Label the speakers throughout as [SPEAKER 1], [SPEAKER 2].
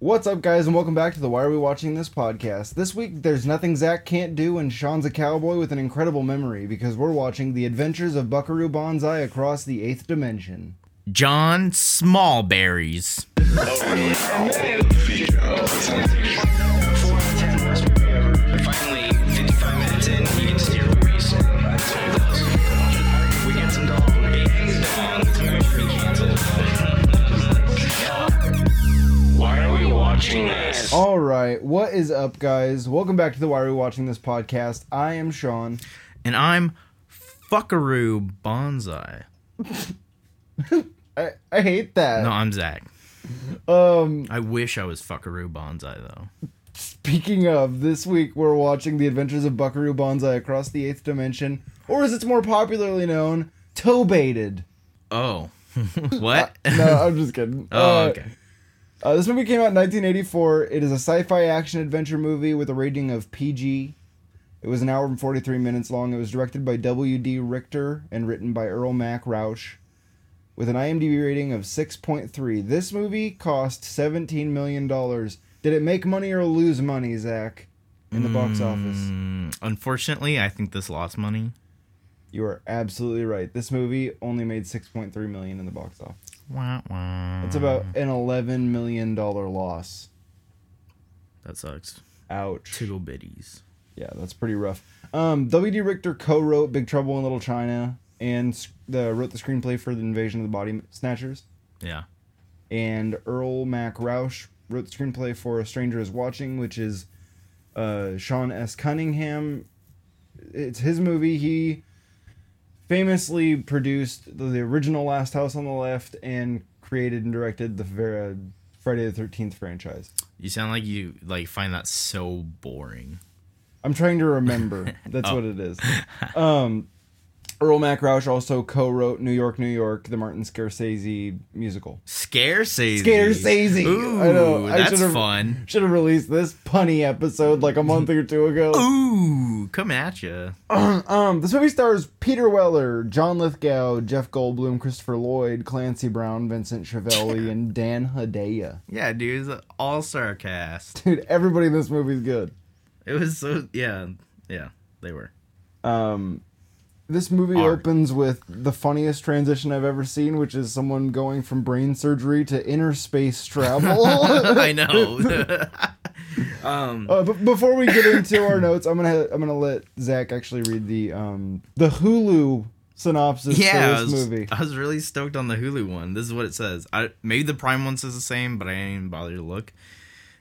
[SPEAKER 1] What's up, guys, and welcome back to the Why Are We Watching This podcast. This week, there's nothing Zach can't do, and Sean's a cowboy with an incredible memory because we're watching The Adventures of Buckaroo Banzai Across the Eighth Dimension.
[SPEAKER 2] John Smallberries.
[SPEAKER 3] Finally, 55 minutes in, you can steer the race. We get some dog. Why are we watching this?
[SPEAKER 1] All right, what is up, guys? Welcome back to the Why Are We Watching This podcast. I am Sean.
[SPEAKER 2] And I'm Fuckaroo Bonsai.
[SPEAKER 1] I, I hate that.
[SPEAKER 2] No, I'm Zach.
[SPEAKER 1] Um,
[SPEAKER 2] I wish I was Fuckaroo Bonsai, though.
[SPEAKER 1] speaking of, this week we're watching The Adventures of Buckaroo Banzai Across the Eighth Dimension, or as it's more popularly known, Toe Baited.
[SPEAKER 2] Oh. what?
[SPEAKER 1] Uh, No, I'm just kidding. Uh,
[SPEAKER 2] oh, okay.
[SPEAKER 1] Uh, this movie came out in 1984. It is a sci-fi action adventure movie with a rating of PG. It was an hour and 43 minutes long. It was directed by W.D. Richter and written by Earl Mack Rausch, with an IMDb rating of 6.3. This movie cost 17 million dollars. Did it make money or lose money, Zach, in the box office?
[SPEAKER 2] Mm, unfortunately, I think this lost money.
[SPEAKER 1] You are absolutely right. This movie only made 6.3 million in the box office.
[SPEAKER 2] Wah, wah.
[SPEAKER 1] It's about an 11 million dollar loss.
[SPEAKER 2] That sucks.
[SPEAKER 1] Ouch.
[SPEAKER 2] Tickle bitties.
[SPEAKER 1] Yeah, that's pretty rough. Um, W.D. Richter co-wrote Big Trouble in Little China and s- the, wrote the screenplay for The Invasion of the Body Snatchers.
[SPEAKER 2] Yeah.
[SPEAKER 1] And Earl Mac Rausch wrote the screenplay for A Stranger Is Watching, which is uh, Sean S. Cunningham. It's his movie. He famously produced the, the original Last House on the Left and created and directed the Vera Friday the Thirteenth franchise.
[SPEAKER 2] You sound like you like find that so boring.
[SPEAKER 1] I'm trying to remember.
[SPEAKER 2] Oh.
[SPEAKER 1] That's what it is. Um, Earl Mac Rausch also co-wrote New York, New York, the Martin Scorsese musical.
[SPEAKER 2] Scaresy.
[SPEAKER 1] Scaresese.
[SPEAKER 2] Ooh,
[SPEAKER 1] I know. I
[SPEAKER 2] that's
[SPEAKER 1] should've-
[SPEAKER 2] fun.
[SPEAKER 1] Should have released this punny episode like a month or two ago.
[SPEAKER 2] Ooh, come at ya.
[SPEAKER 1] um, this movie stars Peter Weller, John Lithgow, Jeff Goldblum, Christopher Lloyd, Clancy Brown, Vincent Chiavelli, and Dan Hedaya.
[SPEAKER 2] Yeah, dude, it's an all-star cast.
[SPEAKER 1] Dude, everybody in this movie's good.
[SPEAKER 2] It was so yeah, yeah, they were.
[SPEAKER 1] Um, this movie
[SPEAKER 2] Art.
[SPEAKER 1] opens with the funniest transition I've ever seen, which is someone going from brain surgery to inner space travel.
[SPEAKER 2] I know. um,
[SPEAKER 1] Uh, but before we get into our notes, I'm gonna I'm gonna let Zach actually read the um the Hulu synopsis
[SPEAKER 2] yeah, I
[SPEAKER 1] for this
[SPEAKER 2] was,
[SPEAKER 1] movie.
[SPEAKER 2] I was really stoked on the Hulu one. This is what it says. I maybe the Prime one says the same, but I didn't even bother to look.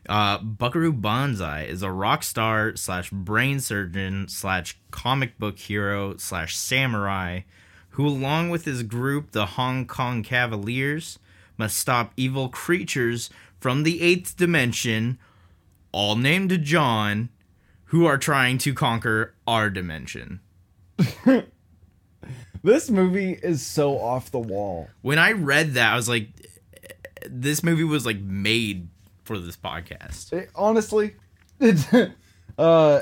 [SPEAKER 2] Uh, Buckaroo Banzai is a rock star slash brain surgeon slash comic book hero slash samurai who, along with his group, the Hong Kong Cavaliers, must stop evil creatures from the eighth dimension, all named John, who are trying to conquer our dimension.
[SPEAKER 1] This movie is so off the wall.
[SPEAKER 2] when I read that, I was like, this movie was like made for this podcast.
[SPEAKER 1] It- honestly, it's, uh,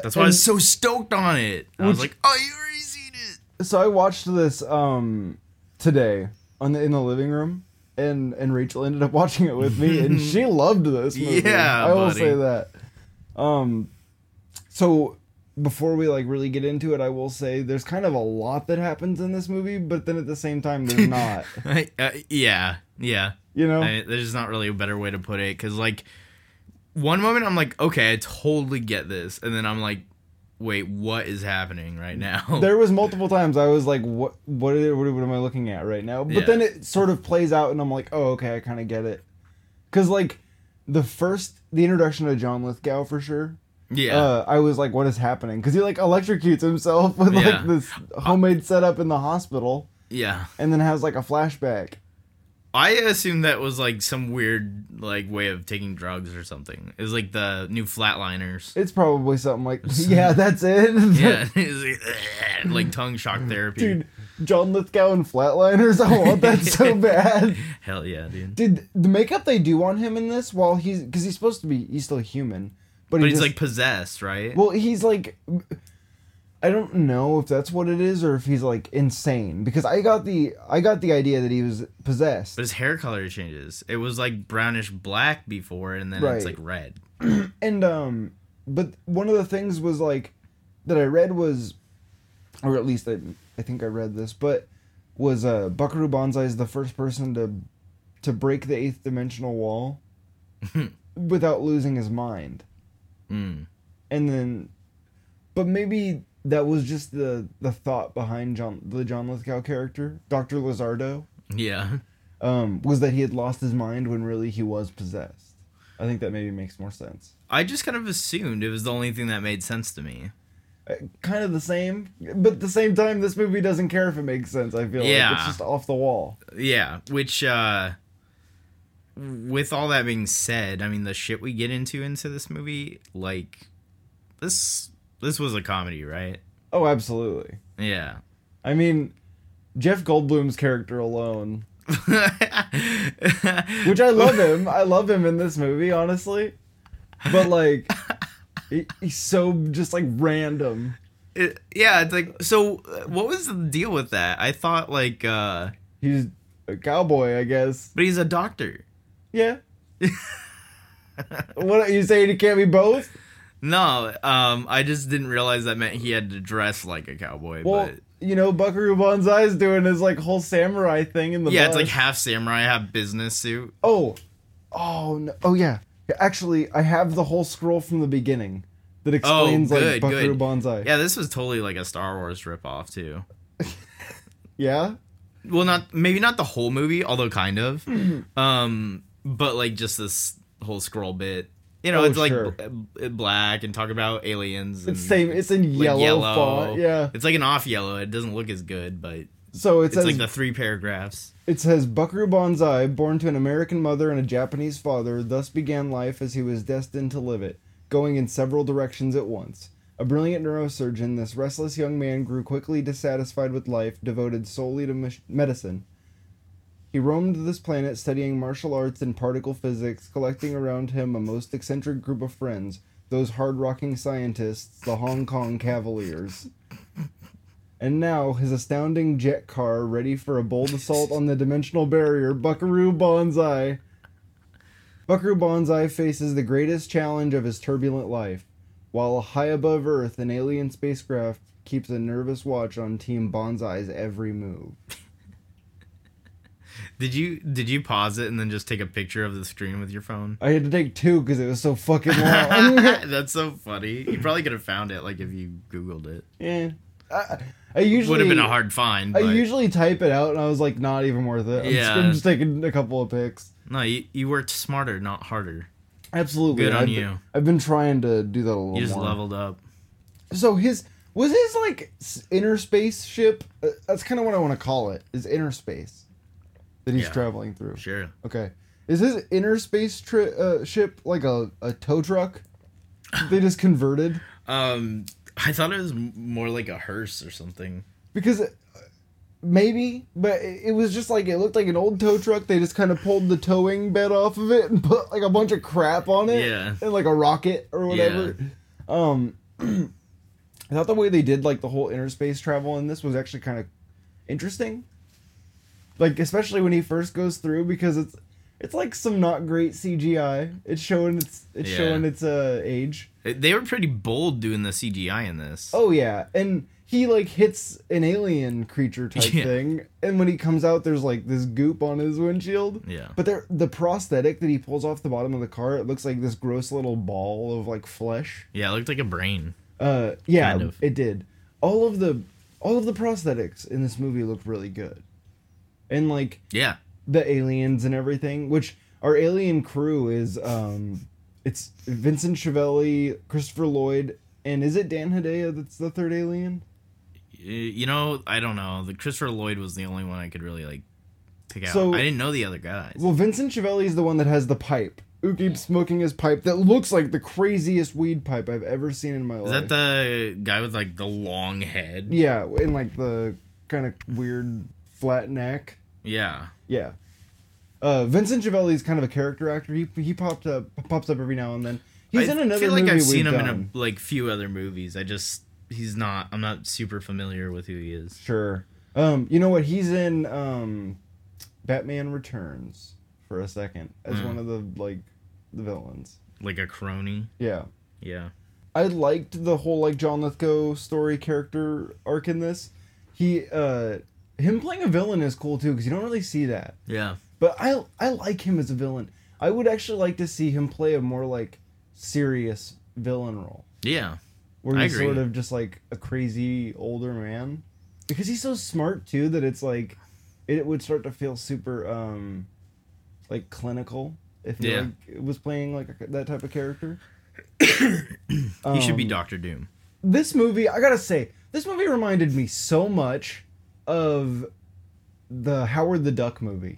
[SPEAKER 2] That's why I
[SPEAKER 1] and-
[SPEAKER 2] was so stoked on it. I was like, oh, you already seen it.
[SPEAKER 1] so I watched this um today on the, in the living room, and and Rachel ended up watching it with me, and she loved this movie.
[SPEAKER 2] Yeah,
[SPEAKER 1] I will
[SPEAKER 2] buddy.
[SPEAKER 1] say that. Um, so before we like really get into it, I will say there's kind of a lot that happens in this movie, but then at the same time, there's not.
[SPEAKER 2] uh, yeah, yeah.
[SPEAKER 1] You know,
[SPEAKER 2] I, there's not really a better way to put it because like one moment I'm like, okay, I totally get this, and then I'm like, wait, what is happening right now?
[SPEAKER 1] there was multiple times I was like, what what are- what am I looking at right now? But
[SPEAKER 2] Yeah.
[SPEAKER 1] then it sort of plays out, and I'm like, oh okay, I kind of get it, because like. The first, the introduction of John Lithgow for sure,
[SPEAKER 2] yeah.
[SPEAKER 1] uh, I was like, "What is happening?" Because he like electrocutes himself with
[SPEAKER 2] Yeah.
[SPEAKER 1] like this homemade setup in the hospital,
[SPEAKER 2] yeah.
[SPEAKER 1] and then has like a flashback.
[SPEAKER 2] I assume that was like some weird like way of taking drugs or something. It was like the new flatliners.
[SPEAKER 1] It's probably something like, "Yeah, that's it."
[SPEAKER 2] Yeah, it's like, like tongue shock therapy.
[SPEAKER 1] dude, John Lithgow and Flatliners. I want that so bad.
[SPEAKER 2] Hell yeah, dude.
[SPEAKER 1] Dude, the makeup they do on him in this, while he's because he's supposed to be, he's still human, but,
[SPEAKER 2] But
[SPEAKER 1] he
[SPEAKER 2] he's
[SPEAKER 1] just-
[SPEAKER 2] like possessed, right?
[SPEAKER 1] well, he's like. I don't know if that's what it is or if he's like insane because I got the I got the idea that he was possessed.
[SPEAKER 2] But his hair color changes. It was like brownish black before, and then
[SPEAKER 1] Right.
[SPEAKER 2] it's like red.
[SPEAKER 1] And um but one of the things was like that I read was or at least I, I think I read this, but was uh Buckaroo Banzai is the first person to to break the eighth dimensional wall without losing his mind.
[SPEAKER 2] Mm.
[SPEAKER 1] and then but maybe that was just the the thought behind John the John Lithgow character, Dr. Lizardo,
[SPEAKER 2] Yeah.
[SPEAKER 1] um, was that he had lost his mind when really he was possessed. I think that maybe makes more sense.
[SPEAKER 2] I just kind of assumed it was the only thing that made sense to me.
[SPEAKER 1] Uh, Kind of the same, but at the same time, this movie doesn't care if it makes sense. I feel like it's
[SPEAKER 2] Yeah.
[SPEAKER 1] just off the wall.
[SPEAKER 2] Yeah, which uh with all that being said, I mean the shit we get into into this movie, like this this was a comedy, right?
[SPEAKER 1] Oh, absolutely.
[SPEAKER 2] Yeah.
[SPEAKER 1] I mean, Jeff Goldblum's character alone, which I love him. I love him in this movie, honestly. But like, he, he's so just like random.
[SPEAKER 2] It- yeah, it's like so uh, what was the deal with that? I thought like uh
[SPEAKER 1] He's a cowboy, I guess.
[SPEAKER 2] but he's a doctor.
[SPEAKER 1] Yeah. what you saying? He can't be both.
[SPEAKER 2] No, um I just didn't realize that meant he had to dress like a cowboy,
[SPEAKER 1] Well,
[SPEAKER 2] but
[SPEAKER 1] you know, Buckaroo Banzai's doing his like whole samurai thing in the
[SPEAKER 2] yeah, it's
[SPEAKER 1] bus.
[SPEAKER 2] like half samurai, half business suit.
[SPEAKER 1] oh, oh no, oh yeah. Yeah, Actually, I have the whole scroll from the beginning that explains like
[SPEAKER 2] Oh, good,
[SPEAKER 1] Buckaroo
[SPEAKER 2] good.
[SPEAKER 1] Banzai.
[SPEAKER 2] Yeah, this was totally like a Star Wars ripoff too.
[SPEAKER 1] Yeah?
[SPEAKER 2] well not maybe not the whole movie although kind of
[SPEAKER 1] Mm-hmm.
[SPEAKER 2] um but like just this whole scroll bit you know
[SPEAKER 1] Oh,
[SPEAKER 2] it's like
[SPEAKER 1] sure.
[SPEAKER 2] bl- uh, black and talk about aliens and
[SPEAKER 1] It's same. It's in
[SPEAKER 2] Mm. like,
[SPEAKER 1] yellow, font. Yeah.
[SPEAKER 2] it's like an off yellow it doesn't look as good but
[SPEAKER 1] So it
[SPEAKER 2] it's
[SPEAKER 1] says
[SPEAKER 2] like the three paragraphs
[SPEAKER 1] It says Buckaroo Banzai, born to an American mother and a Japanese father, thus began life as he was destined to live it, going in several directions at once. A brilliant neurosurgeon, this restless young man grew quickly dissatisfied with life, devoted solely to mis- medicine. He roamed this planet studying martial arts and particle physics, collecting around him a most eccentric group of friends, those hard rocking scientists, the Hong Kong Cavaliers. And now, his astounding jet car ready for a bold assault on the dimensional barrier, Buckaroo Banzai. Buckaroo Banzai faces the greatest challenge of his turbulent life, while high above Earth, an alien spacecraft keeps a nervous watch on Team Banzai's every move.
[SPEAKER 2] did you did you pause it and then just take a picture of the screen with your phone
[SPEAKER 1] I had to take two because it was so fucking long.
[SPEAKER 2] that's so funny you probably could have found it like if you googled it
[SPEAKER 1] yeah. I, I usually
[SPEAKER 2] would have been a hard find
[SPEAKER 1] I
[SPEAKER 2] but
[SPEAKER 1] usually type it out, and I was like, not even worth it. I'm, just,
[SPEAKER 2] Yeah.
[SPEAKER 1] I'm just taking a couple of pics.
[SPEAKER 2] no you, you worked smarter not harder
[SPEAKER 1] Absolutely.
[SPEAKER 2] Good on
[SPEAKER 1] I've
[SPEAKER 2] you.
[SPEAKER 1] Been, I've been trying to do that a little
[SPEAKER 2] you just
[SPEAKER 1] more.
[SPEAKER 2] leveled up
[SPEAKER 1] so his was his like s- inner space ship uh, that's kind of what i want to call it is inner space that he's
[SPEAKER 2] Yeah.
[SPEAKER 1] traveling through
[SPEAKER 2] sure
[SPEAKER 1] okay is his inner space tri- uh, ship like a, a tow truck that they just converted
[SPEAKER 2] Um, I thought it was m- more like a hearse or something.
[SPEAKER 1] because uh, maybe but it it was just like it looked like an old tow truck they just kind of pulled the towing bed off of it and put like a bunch of crap on it
[SPEAKER 2] Yeah.
[SPEAKER 1] and like a rocket or whatever um i thought the way they did like the whole interspace travel in this was actually kind of interesting like especially when he first goes through because it's it's like some not great cgi it's showing its it's
[SPEAKER 2] Yeah.
[SPEAKER 1] showing its uh age
[SPEAKER 2] It- They were pretty bold doing the CGI in this.
[SPEAKER 1] Oh yeah, and he like hits an alien creature type
[SPEAKER 2] Yeah.
[SPEAKER 1] thing, and when he comes out, there's like this goop on his windshield.
[SPEAKER 2] Yeah.
[SPEAKER 1] But there, the prosthetic that he pulls off the bottom of the car, it looks like this gross little ball of like flesh.
[SPEAKER 2] Yeah, it looked like a brain.
[SPEAKER 1] Uh, yeah,
[SPEAKER 2] Kind of.
[SPEAKER 1] it did. All of the, all of the prosthetics in this movie looked really good, and like
[SPEAKER 2] Yeah.
[SPEAKER 1] the aliens and everything, which our alien crew is um it's Vincent Chiavelli, Christopher Lloyd, and is it Dan Hedaya that's the third alien?
[SPEAKER 2] Y- You know, I don't know. The Christopher Lloyd was the only one I could really like pick out.
[SPEAKER 1] So-
[SPEAKER 2] I didn't know the other guys.
[SPEAKER 1] Well, Vincent Chiavelli is the one that has the pipe. Who keeps smoking his pipe that looks like the craziest weed pipe I've ever seen in my
[SPEAKER 2] Is
[SPEAKER 1] life.
[SPEAKER 2] that the guy with like the long head?
[SPEAKER 1] yeah, and like the kind of weird flat neck.
[SPEAKER 2] Yeah.
[SPEAKER 1] Yeah. Uh, Vincent Chiavelli is kind of a character actor. He he popped up pops up every now and then. He's
[SPEAKER 2] I
[SPEAKER 1] in another
[SPEAKER 2] feel like
[SPEAKER 1] movie
[SPEAKER 2] I've seen
[SPEAKER 1] we've
[SPEAKER 2] him
[SPEAKER 1] done.
[SPEAKER 2] in a, like few other movies. I just he's not. I'm not super familiar with who he is.
[SPEAKER 1] Sure. Um, you know what? He's in um, Batman Returns for a second as
[SPEAKER 2] Hmm.
[SPEAKER 1] one of the like the villains.
[SPEAKER 2] Like a crony.
[SPEAKER 1] Yeah.
[SPEAKER 2] Yeah.
[SPEAKER 1] I liked the whole like John Lithgow story character arc in this. He uh him playing a villain is cool too because you don't really see that.
[SPEAKER 2] Yeah.
[SPEAKER 1] But I I like him as a villain. I would actually like to see him play a more like serious villain role
[SPEAKER 2] Yeah.
[SPEAKER 1] where
[SPEAKER 2] I
[SPEAKER 1] he's
[SPEAKER 2] agree.
[SPEAKER 1] sort of just like a crazy older man because he's so smart too that it's like it would start to feel super um like clinical if he
[SPEAKER 2] Yeah.
[SPEAKER 1] like, was playing like a, that type of character.
[SPEAKER 2] he should be
[SPEAKER 1] Um,
[SPEAKER 2] Doctor Doom.
[SPEAKER 1] this movie, I gotta say, this movie reminded me so much of the Howard the Duck movie.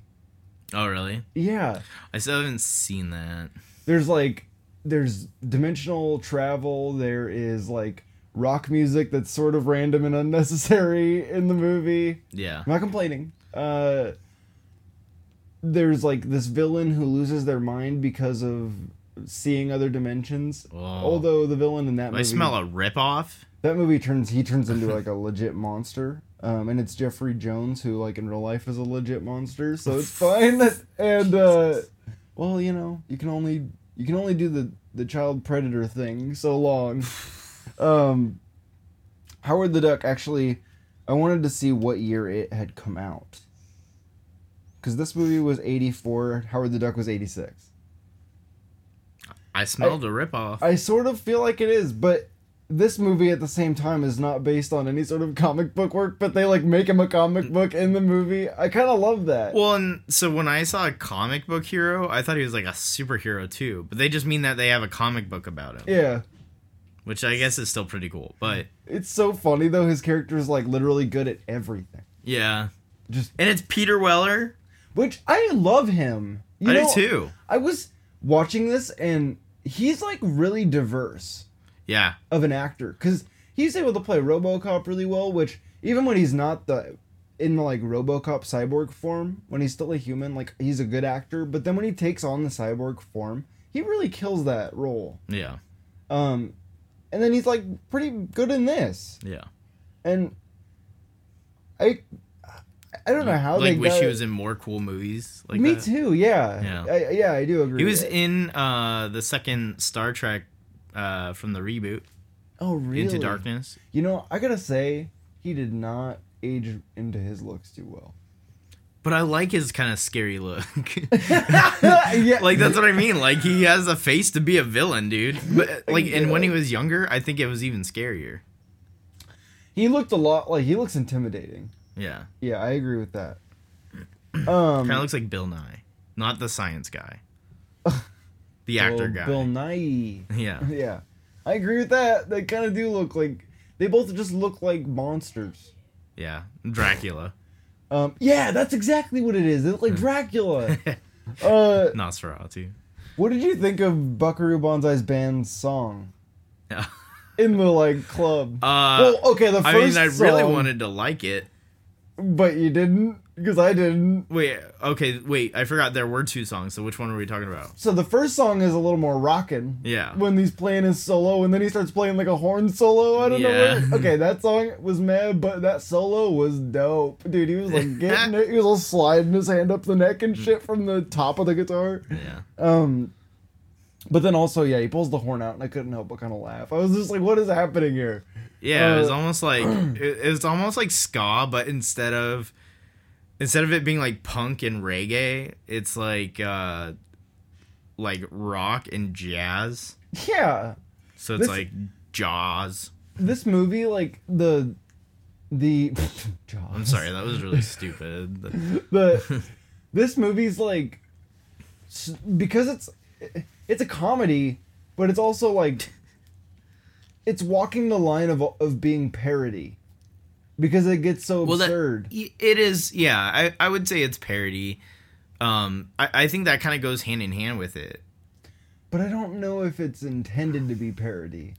[SPEAKER 2] Oh really?
[SPEAKER 1] Yeah,
[SPEAKER 2] I still haven't seen that.
[SPEAKER 1] there's like, there's dimensional travel. There is like rock music that's sort of random and unnecessary in the movie.
[SPEAKER 2] Yeah.
[SPEAKER 1] I'm not complaining. Uh, there's like this villain who loses their mind because of seeing other dimensions.
[SPEAKER 2] Oh.
[SPEAKER 1] Although the villain in that movie
[SPEAKER 2] I smell a ripoff.
[SPEAKER 1] That movie turns he turns into like a legit monster, um, and it's Jeffrey Jones who like in real life is a legit monster, so it's fine. And uh, well, you know, you can only you can only do the the child predator thing so long. Um, Howard the Duck actually, I wanted to see what year it had come out, because this movie was eighty four. Howard the Duck was eighty six.
[SPEAKER 2] I smelled a ripoff.
[SPEAKER 1] I sort of feel like it is, but this movie at the same time is not based on any sort of comic book work, but they like make him a comic book in the movie. I kind of love that.
[SPEAKER 2] Mm. well, and so when I saw a comic book hero, I thought he was like a superhero too. But they just mean that they have a comic book about him,
[SPEAKER 1] yeah.
[SPEAKER 2] which I guess is still pretty cool. But
[SPEAKER 1] It's so funny though. His character is like literally good at everything.
[SPEAKER 2] yeah,
[SPEAKER 1] Just
[SPEAKER 2] and it's Peter Weller.
[SPEAKER 1] which I love him. You
[SPEAKER 2] I
[SPEAKER 1] know,
[SPEAKER 2] do too.
[SPEAKER 1] I was watching this and he's like really diverse
[SPEAKER 2] Yeah,
[SPEAKER 1] of an actor cuz he's able to play RoboCop really well, which even when he's not the in the like RoboCop cyborg form, when he's still a human, like he's a good actor, but then when he takes on the cyborg form, he really kills that role.
[SPEAKER 2] yeah,
[SPEAKER 1] Um and then he's like pretty good in this.
[SPEAKER 2] yeah.
[SPEAKER 1] And I I don't know how
[SPEAKER 2] like
[SPEAKER 1] they
[SPEAKER 2] wish
[SPEAKER 1] got
[SPEAKER 2] he
[SPEAKER 1] it.
[SPEAKER 2] was in more cool movies. Like
[SPEAKER 1] Me
[SPEAKER 2] that.
[SPEAKER 1] too, yeah.
[SPEAKER 2] Yeah.
[SPEAKER 1] I, yeah, I do agree.
[SPEAKER 2] He was in uh the second Star Trek uh from the reboot
[SPEAKER 1] oh, really?
[SPEAKER 2] Into Darkness.
[SPEAKER 1] You know, I got to say he did not age into his looks too well.
[SPEAKER 2] But I like his kind of scary look.
[SPEAKER 1] yeah.
[SPEAKER 2] like that's what I mean. Like he has a face to be a villain, dude. But uh, like and when he was younger, I think it was even scarier.
[SPEAKER 1] He looked a lot like he looks intimidating.
[SPEAKER 2] Yeah.
[SPEAKER 1] Yeah, I agree with that. Um,
[SPEAKER 2] Kind of looks like Bill Nye, not the science guy. The actor
[SPEAKER 1] Bill-
[SPEAKER 2] guy.
[SPEAKER 1] Bill Nye.
[SPEAKER 2] Yeah.
[SPEAKER 1] Yeah, I agree with that. They kind of do look like they both just look like monsters.
[SPEAKER 2] Yeah. Dracula.
[SPEAKER 1] Um, yeah, that's exactly what it is. They look
[SPEAKER 2] Hmm.
[SPEAKER 1] like Dracula. uh,
[SPEAKER 2] Nosferatu.
[SPEAKER 1] what did you think of Buckaroo Banzai's band's song
[SPEAKER 2] Yeah.
[SPEAKER 1] in the like club?
[SPEAKER 2] Uh
[SPEAKER 1] well, okay, the first
[SPEAKER 2] I mean, I really
[SPEAKER 1] song,
[SPEAKER 2] wanted to like it.
[SPEAKER 1] but you didn't because I didn't.
[SPEAKER 2] Wait, okay, wait. I forgot there were two songs. So which one were we talking about?
[SPEAKER 1] So the first song is a little more rockin'.
[SPEAKER 2] Yeah.
[SPEAKER 1] When he's playing his solo, and then he starts playing like a horn solo. I don't know.
[SPEAKER 2] Yeah.
[SPEAKER 1] What, okay, that song was mad, but that solo was dope, dude. He was like getting it. He was all sliding his hand up the neck and shit from the top of the guitar.
[SPEAKER 2] Yeah.
[SPEAKER 1] Um, but then also, yeah, he pulls the horn out, and I couldn't help but kind of laugh. I was just like, "What is happening here?"
[SPEAKER 2] Yeah, it was
[SPEAKER 1] Uh,
[SPEAKER 2] almost like it, it was almost like ska, but instead of instead of it being like punk and reggae, it's like uh like rock and jazz.
[SPEAKER 1] Yeah,
[SPEAKER 2] So it's
[SPEAKER 1] This-
[SPEAKER 2] like Jaws.
[SPEAKER 1] this movie, like the the.
[SPEAKER 2] I'm sorry, that was really stupid.
[SPEAKER 1] the this movie's like s- because it's it's a comedy but it's also like it's walking the line of of being parody because it gets so
[SPEAKER 2] Well, that
[SPEAKER 1] absurd
[SPEAKER 2] y- it is. Yeah, I I would say it's parody. Um, I I think that kind of goes hand in hand with it.
[SPEAKER 1] but i don't know if it's intended to be parody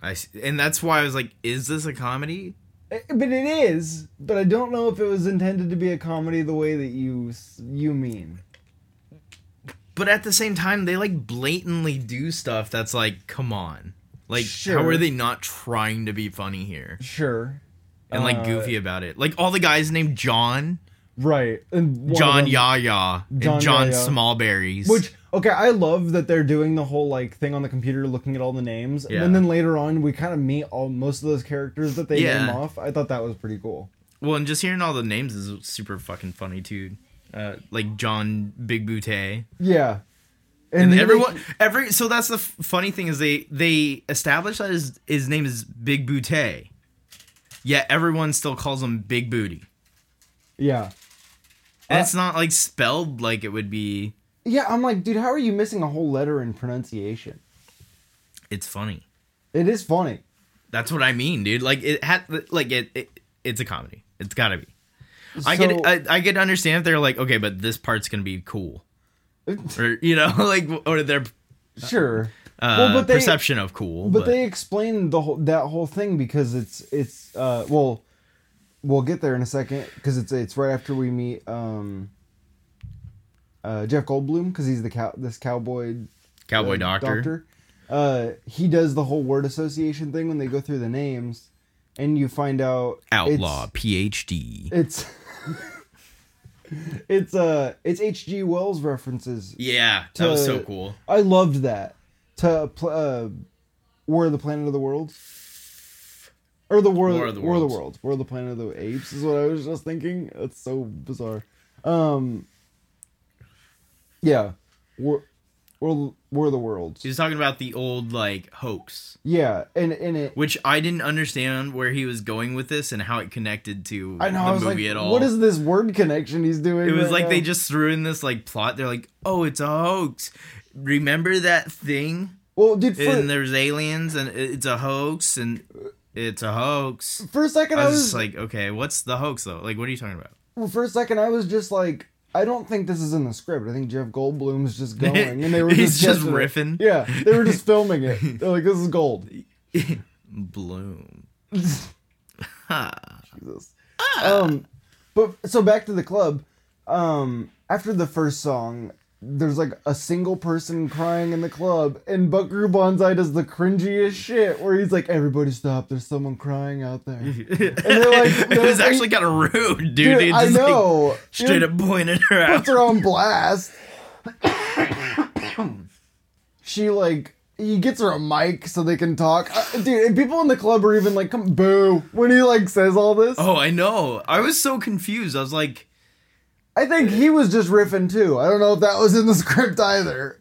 [SPEAKER 2] I s- and that's why I was like, is this a comedy?
[SPEAKER 1] Eh, but it is but i don't know if it was intended to be a comedy the way that you s- you mean
[SPEAKER 2] But at the same time, they like blatantly do stuff that's like, come on. Like, how
[SPEAKER 1] Sure.
[SPEAKER 2] are they not trying to be funny here
[SPEAKER 1] Sure.
[SPEAKER 2] and like
[SPEAKER 1] Uh,
[SPEAKER 2] goofy about it? Like all the guys named John,
[SPEAKER 1] Right. And one of
[SPEAKER 2] John
[SPEAKER 1] them-
[SPEAKER 2] Yaya,
[SPEAKER 1] John
[SPEAKER 2] and John
[SPEAKER 1] Yaya.
[SPEAKER 2] Smallberries.
[SPEAKER 1] Which okay, I love that they're doing the whole like thing on the computer, looking at all the names,
[SPEAKER 2] Yeah.
[SPEAKER 1] and then later on we kind of meet all most of those characters that they
[SPEAKER 2] Yeah.
[SPEAKER 1] name off. I thought that was pretty cool.
[SPEAKER 2] well, and just hearing all the names is super fucking funny too. Uh, like John Big Bootay.
[SPEAKER 1] Yeah,
[SPEAKER 2] and
[SPEAKER 1] he, like-
[SPEAKER 2] everyone every so that's the f- funny thing is they they establish that his, his name is Big Bootay. Yet everyone still calls him Big Booty.
[SPEAKER 1] yeah,
[SPEAKER 2] And
[SPEAKER 1] Uh,
[SPEAKER 2] it's not like spelled like it would be.
[SPEAKER 1] yeah. I'm like, dude, how are you missing a whole letter in pronunciation?
[SPEAKER 2] It's funny.
[SPEAKER 1] It is funny.
[SPEAKER 2] That's what I mean, dude. Like it had like it, it it's a comedy. It's got to be. I
[SPEAKER 1] So-
[SPEAKER 2] could I, I could understand if they're like okay, but this part's going to be cool. Or you know, like or their
[SPEAKER 1] sure.
[SPEAKER 2] uh,
[SPEAKER 1] Well, but they-
[SPEAKER 2] perception of cool.
[SPEAKER 1] but, they explain the whole that whole thing because it's it's uh well we'll get there in a second because it's it's right after we meet um uh Jeff Goldblum because he's the cow this cowboy uh,
[SPEAKER 2] Cowboy Doctor.
[SPEAKER 1] uh he does the whole word association thing when they go through the names and you find out it's-
[SPEAKER 2] Outlaw PhD.
[SPEAKER 1] it's it's uh it's H.G. Wells references
[SPEAKER 2] yeah, that was so
[SPEAKER 1] to-
[SPEAKER 2] cool.
[SPEAKER 1] I loved that. To pl- uh, War of the Planet of the Worlds. Or the War, War of the War of the Worlds. War of the Planet of the Apes is what I was just thinking. That's so bizarre. Um Yeah. War War, War of the Worlds.
[SPEAKER 2] She was talking about the old like hoax,
[SPEAKER 1] Yeah, and and it
[SPEAKER 2] which I didn't understand where he was going with this and how it connected to
[SPEAKER 1] I know
[SPEAKER 2] the
[SPEAKER 1] I was
[SPEAKER 2] movie
[SPEAKER 1] like
[SPEAKER 2] at all.
[SPEAKER 1] what is this word connection he's doing?
[SPEAKER 2] it was
[SPEAKER 1] right
[SPEAKER 2] like they
[SPEAKER 1] now?
[SPEAKER 2] just threw in this like plot. They're like, "Oh, it's a hoax. Remember that thing?
[SPEAKER 1] Well, dude, for,
[SPEAKER 2] and there's aliens, and it- it's a hoax, and it's a hoax."
[SPEAKER 1] for a second
[SPEAKER 2] I
[SPEAKER 1] I
[SPEAKER 2] was
[SPEAKER 1] was
[SPEAKER 2] just like, "Okay, what's the hoax though? Like, what are you talking about?"
[SPEAKER 1] Well, for a second, I was just like, I don't think this is in the script. I think Jeff Goldblum's just going, and they were
[SPEAKER 2] He's just
[SPEAKER 1] guessing it.
[SPEAKER 2] riffing.
[SPEAKER 1] Yeah, they were just filming it. They're like, this is gold.
[SPEAKER 2] Bloom.
[SPEAKER 1] Jesus.
[SPEAKER 2] Ah.
[SPEAKER 1] Um, but so back to the club. Um, after the first song, there's like a single person crying in the club, and Buckaroo Banzai does the cringiest shit, where he's like, "Everybody stop! There's someone crying out there." Dude, like-
[SPEAKER 2] it was
[SPEAKER 1] they're-
[SPEAKER 2] actually kind of rude, dude. They
[SPEAKER 1] I
[SPEAKER 2] just, like,
[SPEAKER 1] know.
[SPEAKER 2] straight
[SPEAKER 1] Dude,
[SPEAKER 2] up pointed her out.
[SPEAKER 1] puts her on blast. she like he gets her a mic so they can talk, uh, dude. And people in the club are even like, "Come boo!" when he like says all this.
[SPEAKER 2] Oh, I know. I was so confused. I was like,
[SPEAKER 1] I think he was just riffing too. I don't know if that was in the script either.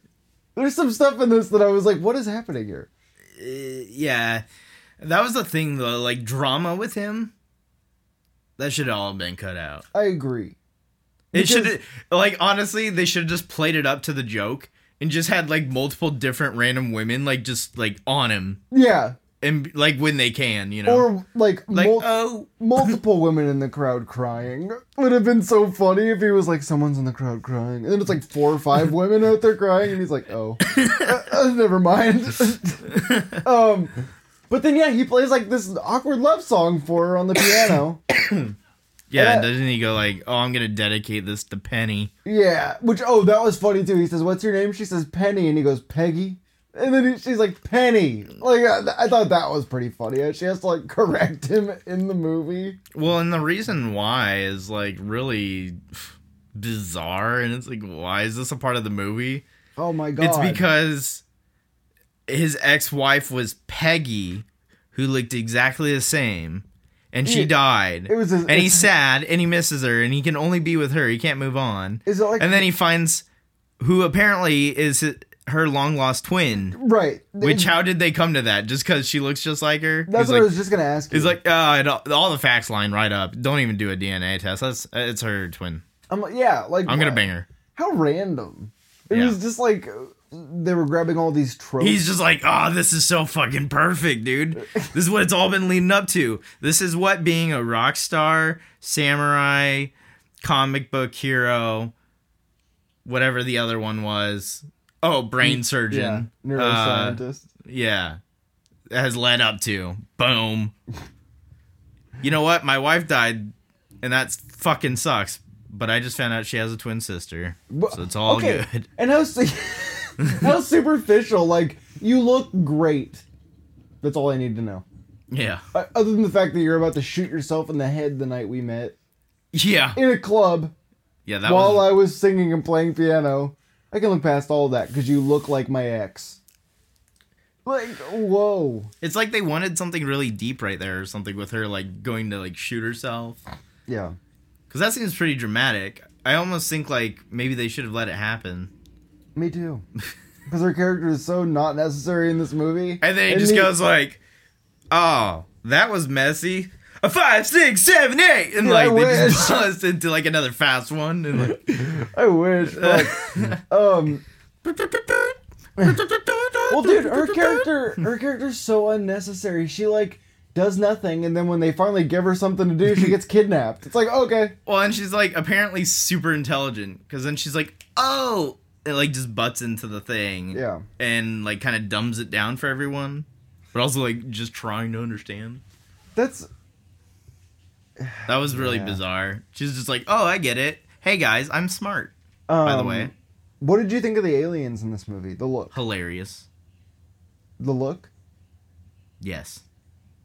[SPEAKER 1] There's some stuff in this that I was like, "What is happening here?"
[SPEAKER 2] eh, yeah. That was the thing, though. Like, drama with him. That should all have been cut out.
[SPEAKER 1] I agree. Because-
[SPEAKER 2] It should, like, honestly, they should have just played it up to the joke and just had, like, multiple different random women, like, just, like, on him.
[SPEAKER 1] Yeah,
[SPEAKER 2] And, like, when they can, you know?
[SPEAKER 1] or like,
[SPEAKER 2] like,
[SPEAKER 1] mul-
[SPEAKER 2] oh,
[SPEAKER 1] multiple women in the crowd crying would have been so funny if he was like, "Someone's in the crowd crying," and then it's like four or five women out there crying, and he's like, "Oh, uh, uh, never mind." um, but then yeah, he plays like this awkward love song for her on the piano.
[SPEAKER 2] yeah.
[SPEAKER 1] yeah.
[SPEAKER 2] Doesn't he go, like, oh, I'm going to dedicate this to Penny?
[SPEAKER 1] yeah, which oh, that was funny too. He says, "What's your name?" She says, "Penny," and he goes, "Peggy." And then he, she's like Penny. Like I, I thought that was pretty funny. She has to like correct him in the movie.
[SPEAKER 2] Well, and the reason why is like really bizarre, and it's like, why is this a part of the movie?
[SPEAKER 1] Oh my god!
[SPEAKER 2] It's because his ex-wife was Peggy, who looked exactly the same, and she
[SPEAKER 1] Yeah.
[SPEAKER 2] died.
[SPEAKER 1] It was a-
[SPEAKER 2] and
[SPEAKER 1] it's-
[SPEAKER 2] he's sad, and he misses her, and he can only be with her. He can't move on.
[SPEAKER 1] is it like
[SPEAKER 2] And then he finds who apparently is hi- her long-lost twin.
[SPEAKER 1] right?
[SPEAKER 2] Which how did they come to that? Just because she looks just like her?
[SPEAKER 1] That's
[SPEAKER 2] He's
[SPEAKER 1] what
[SPEAKER 2] like,
[SPEAKER 1] I was just gonna ask. You.
[SPEAKER 2] He's like, uh, it all, all the facts line right up. Don't even do a DNA test. That's it's her twin.
[SPEAKER 1] I'm like, yeah, like
[SPEAKER 2] I'm gonna
[SPEAKER 1] wha-
[SPEAKER 2] bang her.
[SPEAKER 1] How random! It
[SPEAKER 2] Yeah.
[SPEAKER 1] was just like uh, they were grabbing all these tropes.
[SPEAKER 2] He's just like, oh, this is so fucking perfect, dude. This is what it's all been leading up to. This is what being a rock star, samurai, comic book hero, whatever the other one was. Oh,
[SPEAKER 1] Mm,
[SPEAKER 2] brain
[SPEAKER 1] yeah,
[SPEAKER 2] surgeon. Yeah. Uh,
[SPEAKER 1] neuroscientist.
[SPEAKER 2] yeah. Has led up to. Boom. You know what? My wife died, and that fucking sucks. But I just found out she has a twin sister.
[SPEAKER 1] But-
[SPEAKER 2] So it's all
[SPEAKER 1] okay,
[SPEAKER 2] good.
[SPEAKER 1] And how su- how superficial? Like you look great. That's all I need to know.
[SPEAKER 2] Yeah.
[SPEAKER 1] Uh, Other than the fact that you're about to shoot yourself in the head the night we met
[SPEAKER 2] Yeah.
[SPEAKER 1] in a club
[SPEAKER 2] Yeah, that
[SPEAKER 1] while
[SPEAKER 2] was
[SPEAKER 1] I was singing and playing piano, I can look past all that because you look like my ex. Like, whoa.
[SPEAKER 2] It's like they wanted something really deep right there or something with her like going to like shoot herself.
[SPEAKER 1] Yeah.
[SPEAKER 2] Cuz that seems pretty dramatic. I almost think like maybe they should have let it happen.
[SPEAKER 1] Me too. Because her character is so not necessary in this movie.
[SPEAKER 2] And then it just
[SPEAKER 1] the-
[SPEAKER 2] goes like, "Oh, that was messy." A five, six, seven, eight, and
[SPEAKER 1] Yeah,
[SPEAKER 2] like
[SPEAKER 1] I
[SPEAKER 2] they just
[SPEAKER 1] wish.
[SPEAKER 2] bust into like another fast one, and like,
[SPEAKER 1] I wish. But, um, well, dude, her character, her character's so unnecessary. She like does nothing, and then when they finally give her something to do, she gets kidnapped. It's like okay,
[SPEAKER 2] Well, and she's like apparently super intelligent because then she's like, oh, it like just butts into the thing.
[SPEAKER 1] Yeah.
[SPEAKER 2] And like kind of dumbs it down for everyone, but also like just trying to understand.
[SPEAKER 1] that's
[SPEAKER 2] That was really
[SPEAKER 1] Yeah.
[SPEAKER 2] bizarre. She's just like, oh, I get it. Hey guys, I'm smart.
[SPEAKER 1] um,
[SPEAKER 2] By the way,
[SPEAKER 1] What did you think of the aliens in this movie? The look,
[SPEAKER 2] hilarious.
[SPEAKER 1] the look.
[SPEAKER 2] Yes.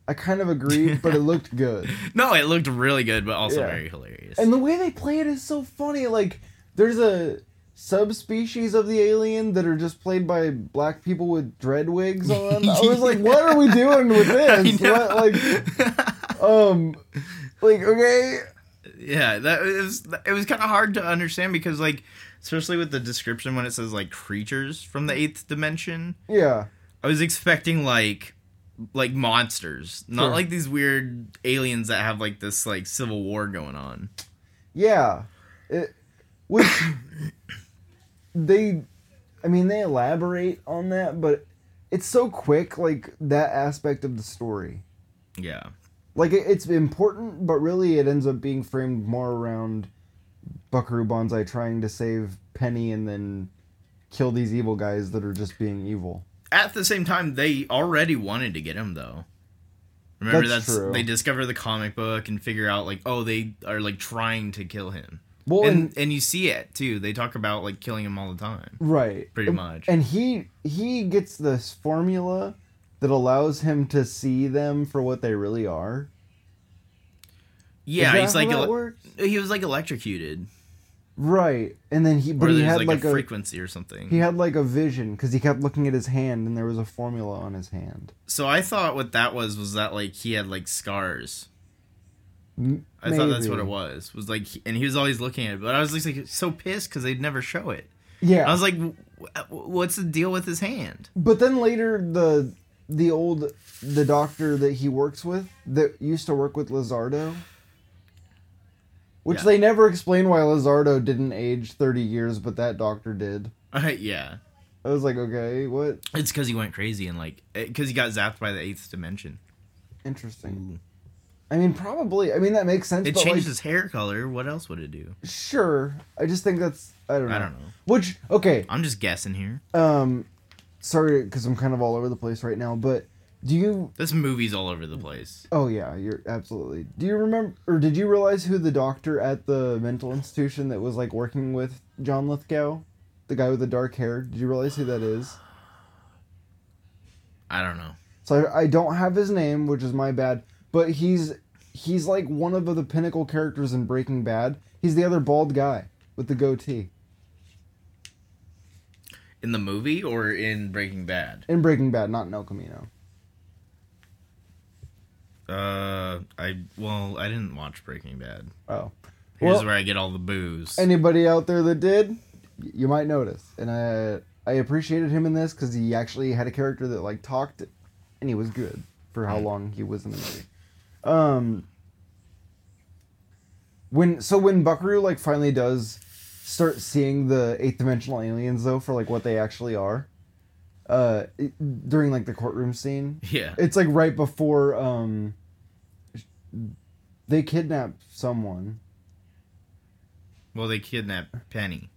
[SPEAKER 1] I kind of agreed, but it looked good.
[SPEAKER 2] No, it looked really good, but also
[SPEAKER 1] Yeah.
[SPEAKER 2] very hilarious.
[SPEAKER 1] And the way they play it is so funny. Like, there's a subspecies of the alien that are just played by black people with dread wigs on. I was like, what are we doing with this?
[SPEAKER 2] I know.
[SPEAKER 1] What, like, um, like okay,
[SPEAKER 2] yeah, that it was it was kind of hard to understand because like especially with the description when it says like creatures from the eighth dimension.
[SPEAKER 1] yeah,
[SPEAKER 2] I was expecting like like monsters, not
[SPEAKER 1] Sure.
[SPEAKER 2] like these weird aliens that have like this like civil war going on.
[SPEAKER 1] yeah. It, which they, I mean, they elaborate on that, but it's so quick. Like that aspect of the story.
[SPEAKER 2] Yeah.
[SPEAKER 1] like it, it's important, but really it ends up being framed more around Buckaroo Banzai trying to save Penny and then kill these evil guys that are just being evil.
[SPEAKER 2] At the same time, they already wanted to get him though. Remember
[SPEAKER 1] That's
[SPEAKER 2] that's,
[SPEAKER 1] true.
[SPEAKER 2] they discover the comic book and figure out like oh they are like trying to kill him.
[SPEAKER 1] Well, and,
[SPEAKER 2] and and you see it too. They talk about like killing him all the time.
[SPEAKER 1] right,
[SPEAKER 2] Pretty
[SPEAKER 1] And-
[SPEAKER 2] much.
[SPEAKER 1] And he he gets this formula that allows him to see them for what they really are. Is
[SPEAKER 2] Yeah,
[SPEAKER 1] that
[SPEAKER 2] he's
[SPEAKER 1] how
[SPEAKER 2] like
[SPEAKER 1] that
[SPEAKER 2] ele-
[SPEAKER 1] works?
[SPEAKER 2] he was like electrocuted
[SPEAKER 1] right, and then he but
[SPEAKER 2] or
[SPEAKER 1] he
[SPEAKER 2] there's
[SPEAKER 1] had
[SPEAKER 2] like,
[SPEAKER 1] like,
[SPEAKER 2] a,
[SPEAKER 1] a,
[SPEAKER 2] frequency or something.
[SPEAKER 1] he had like a vision because he kept looking at his hand and there was a formula on his hand.
[SPEAKER 2] So I thought what that was was that like he had like scars.
[SPEAKER 1] M-
[SPEAKER 2] I thought that's what
[SPEAKER 1] maybe.
[SPEAKER 2] it was. Was like, and he was always looking at it, but I was just like so pissed because they'd never show it.
[SPEAKER 1] Yeah,
[SPEAKER 2] I was like, w- w- what's the deal with his hand?
[SPEAKER 1] But then later the the old the doctor that he works with that used to work with Lizardo which
[SPEAKER 2] Yeah.
[SPEAKER 1] they never explain why Lizardo didn't age 30 years but that doctor did.
[SPEAKER 2] Uh, yeah,
[SPEAKER 1] I was like, "Okay, what?
[SPEAKER 2] it's because he went crazy and like because he got zapped by the eighth dimension.
[SPEAKER 1] Interesting." I mean, probably. I mean, that makes sense,
[SPEAKER 2] It
[SPEAKER 1] but
[SPEAKER 2] changed
[SPEAKER 1] like
[SPEAKER 2] his hair color. What else would it do?
[SPEAKER 1] sure. I just think that's I don't know.
[SPEAKER 2] I don't know.
[SPEAKER 1] Which okay,
[SPEAKER 2] I'm just guessing here.
[SPEAKER 1] um sorry cuz I'm kind of all over the place right now, but do you
[SPEAKER 2] This movie's all over the place.
[SPEAKER 1] Oh yeah, you're absolutely. Do you remember or did you realize who the doctor at the mental institution that was like working with John Lithgow, the guy with the dark hair? Did you realize who that is?
[SPEAKER 2] I don't know.
[SPEAKER 1] So I, I don't have his name, which is my bad, but he's he's like one of the pinnacle characters in Breaking Bad. He's the other bald guy with the goatee
[SPEAKER 2] In the movie or in Breaking Bad?
[SPEAKER 1] in Breaking Bad, not in El Camino.
[SPEAKER 2] Uh, I well, I didn't watch Breaking Bad.
[SPEAKER 1] Oh.
[SPEAKER 2] Here's
[SPEAKER 1] Well-
[SPEAKER 2] where I get all the booze.
[SPEAKER 1] Anybody out there that did, y- you might notice. And I I appreciated him in this because he actually had a character that like talked, and he was good for how long he was in the movie. Um. When so when Buckaroo like finally does start seeing the eighth dimensional aliens though for like what they actually are, uh, it- during like the courtroom scene,
[SPEAKER 2] yeah.
[SPEAKER 1] it's like right before um they kidnap someone.
[SPEAKER 2] Well, they kidnapped Penny.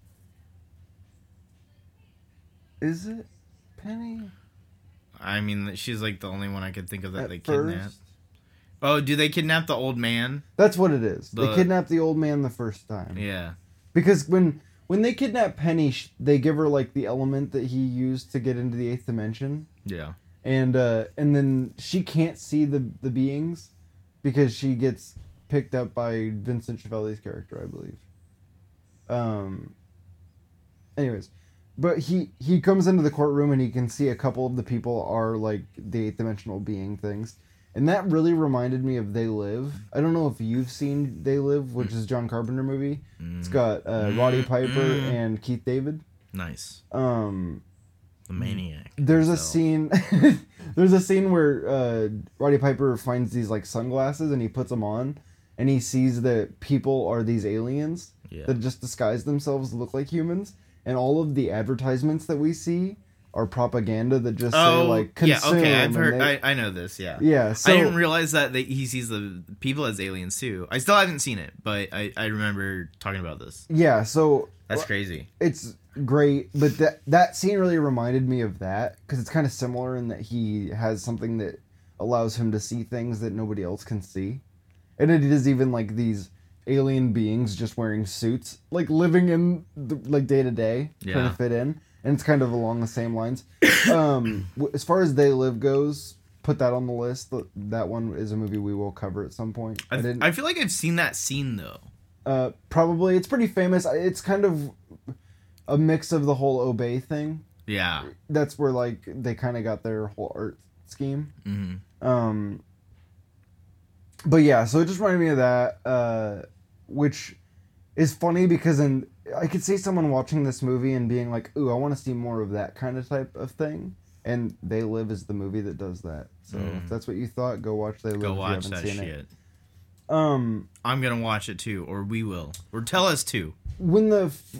[SPEAKER 1] Is it Penny?
[SPEAKER 2] I mean, she's like the only one I could think of that
[SPEAKER 1] At
[SPEAKER 2] they kidnapped.
[SPEAKER 1] first?
[SPEAKER 2] Oh, do they kidnap the old man?
[SPEAKER 1] That's what it is. they
[SPEAKER 2] The-
[SPEAKER 1] kidnapped the old man the first time.
[SPEAKER 2] Yeah.
[SPEAKER 1] Because when when they kidnap Penny, sh- they give her like the element that he used to get into the eighth dimension,
[SPEAKER 2] Yeah.
[SPEAKER 1] and uh, and then she can't see the the beings because she gets picked up by Vincent Chiavelli's character, I believe. Um. Anyways, but he he comes into the courtroom and he can see a couple of the people are like the eight dimensional being things. And that really reminded me of They Live. I don't know if you've seen They Live, which is John Carpenter movie. It's got uh, Roddy Piper and Keith David.
[SPEAKER 2] Nice.
[SPEAKER 1] Um,
[SPEAKER 2] The maniac.
[SPEAKER 1] there's a
[SPEAKER 2] himself.
[SPEAKER 1] scene there's a scene where uh, roddy piper finds these like sunglasses and he puts them on and he sees that people are these aliens
[SPEAKER 2] Yeah.
[SPEAKER 1] that just disguise themselves to look like humans and all of the advertisements that we see are propaganda that just
[SPEAKER 2] Oh,
[SPEAKER 1] say like
[SPEAKER 2] yeah.
[SPEAKER 1] consume
[SPEAKER 2] Okay, I've
[SPEAKER 1] and
[SPEAKER 2] heard.
[SPEAKER 1] they-
[SPEAKER 2] I, I know this. Yeah.
[SPEAKER 1] yeah so
[SPEAKER 2] I didn't realize that they, he sees the people as aliens too. I still haven't seen it, but I, I remember talking about this.
[SPEAKER 1] yeah so
[SPEAKER 2] That's crazy.
[SPEAKER 1] it's great but that that scene really reminded me of that because it's kind of similar in that he has something that allows him to see things that nobody else can see and it is even like these alien beings just wearing suits like living in the, like day to day trying
[SPEAKER 2] Yeah.
[SPEAKER 1] to fit in and it's kind of along the same lines um w- as far as they live goes put that on the list Th- that one is a movie we will cover at some point
[SPEAKER 2] I, I feel like I've seen that scene though.
[SPEAKER 1] uh, probably it's pretty famous. I- It's kind of a mix of the whole obey thing.
[SPEAKER 2] Yeah.
[SPEAKER 1] That's where like they kind of got their whole art scheme.
[SPEAKER 2] hmm
[SPEAKER 1] Um, but yeah, so it just reminded me of that, uh, which is funny because in I could see someone watching this movie and being like, "Ooh, I want to see more of that kind of type of thing." And They Live is the movie that does that. So if
[SPEAKER 2] Mm.
[SPEAKER 1] that's what you thought, go watch They Live.
[SPEAKER 2] Go
[SPEAKER 1] if you
[SPEAKER 2] watch
[SPEAKER 1] haven't
[SPEAKER 2] that
[SPEAKER 1] seen
[SPEAKER 2] shit.
[SPEAKER 1] It. Um,
[SPEAKER 2] I'm gonna watch it too, or we will, or tell us to.
[SPEAKER 1] when the f-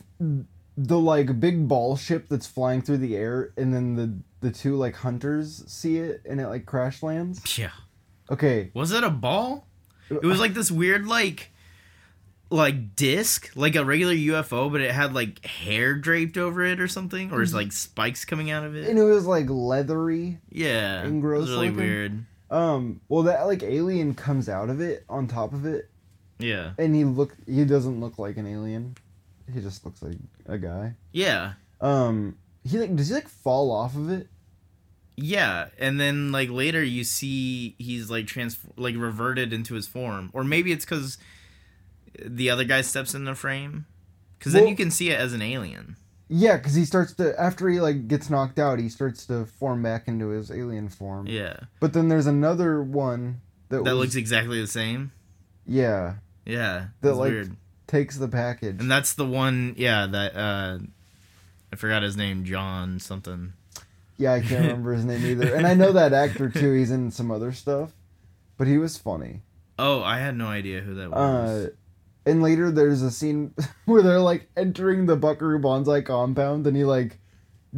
[SPEAKER 1] the like big ball ship that's flying through the air and then the the two like hunters see it and it like crash lands
[SPEAKER 2] Yeah.
[SPEAKER 1] okay
[SPEAKER 2] Was it a ball? It was like this weird like like disc, like a regular UFO, but it had like hair draped over it or something, or
[SPEAKER 1] Mm-hmm.
[SPEAKER 2] it's like spikes coming out of
[SPEAKER 1] and
[SPEAKER 2] it.
[SPEAKER 1] it was like leathery
[SPEAKER 2] Yeah,
[SPEAKER 1] and
[SPEAKER 2] it
[SPEAKER 1] gross
[SPEAKER 2] was really
[SPEAKER 1] looking.
[SPEAKER 2] weird.
[SPEAKER 1] um well that like alien comes out of it on top of it
[SPEAKER 2] Yeah,
[SPEAKER 1] and he look he doesn't look like an alien he just looks like a guy
[SPEAKER 2] yeah,
[SPEAKER 1] um he like does he like fall off of it
[SPEAKER 2] yeah. And then like later, you see he's like trans like reverted into his form, or maybe it's because the other guy steps in the frame, because then
[SPEAKER 1] Well-
[SPEAKER 2] you can see it as an alien.
[SPEAKER 1] yeah because he starts to after he like gets knocked out he starts to form back into his alien form
[SPEAKER 2] Yeah,
[SPEAKER 1] But then there's another one that,
[SPEAKER 2] that
[SPEAKER 1] was,
[SPEAKER 2] looks exactly the same.
[SPEAKER 1] yeah
[SPEAKER 2] Yeah,
[SPEAKER 1] That,
[SPEAKER 2] that's
[SPEAKER 1] like,
[SPEAKER 2] weird.
[SPEAKER 1] takes the package.
[SPEAKER 2] And that's the one, yeah, that uh I forgot his name, John something.
[SPEAKER 1] yeah, I can't remember his name either. And I know that actor too. He's in some other stuff, but he was funny.
[SPEAKER 2] Oh, I had no idea who that was.
[SPEAKER 1] Uh, and later there's a scene where they're like entering the Buckaroo Banzai compound, and he like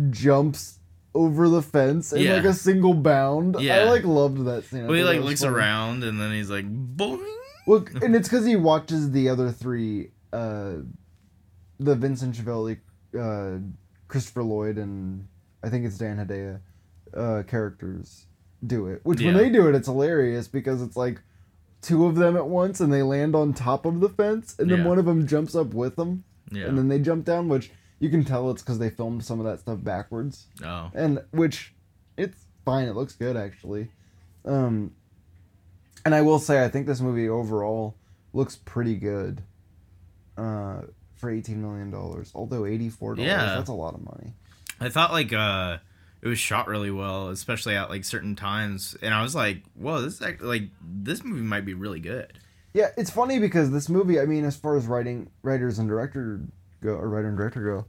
[SPEAKER 1] jumps over the fence in like
[SPEAKER 2] Yeah.
[SPEAKER 1] a single bound. I
[SPEAKER 2] Yeah.
[SPEAKER 1] like loved that scene. I
[SPEAKER 2] well, he
[SPEAKER 1] thought that
[SPEAKER 2] like
[SPEAKER 1] was
[SPEAKER 2] looks
[SPEAKER 1] funny.
[SPEAKER 2] around and then he's like, boing.
[SPEAKER 1] Well, and it's because he watches the other three, uh, the Vincent Chiavelli, uh, Christopher Lloyd, and I think it's Dan Hedaya, uh, characters do it. Which when
[SPEAKER 2] Yeah.
[SPEAKER 1] they do it, it's hilarious because it's like two of them at once, and they land on top of the fence, and then
[SPEAKER 2] Yeah.
[SPEAKER 1] one of them jumps up with them,
[SPEAKER 2] Yeah.
[SPEAKER 1] and then they jump down. Which you can tell it's because they filmed some of that stuff backwards
[SPEAKER 2] oh.
[SPEAKER 1] and which it's fine it looks good actually um and i will say i think this movie overall looks pretty good uh for 18 million dollars although 84 dollars
[SPEAKER 2] Yeah.
[SPEAKER 1] that's a lot of money
[SPEAKER 2] I thought like uh it was shot really well, especially at like certain times, and I was like, "Whoa, this is act- like this movie might be really good."
[SPEAKER 1] yeah it's funny because this movie i mean as far as writing writers and director go or writer and director go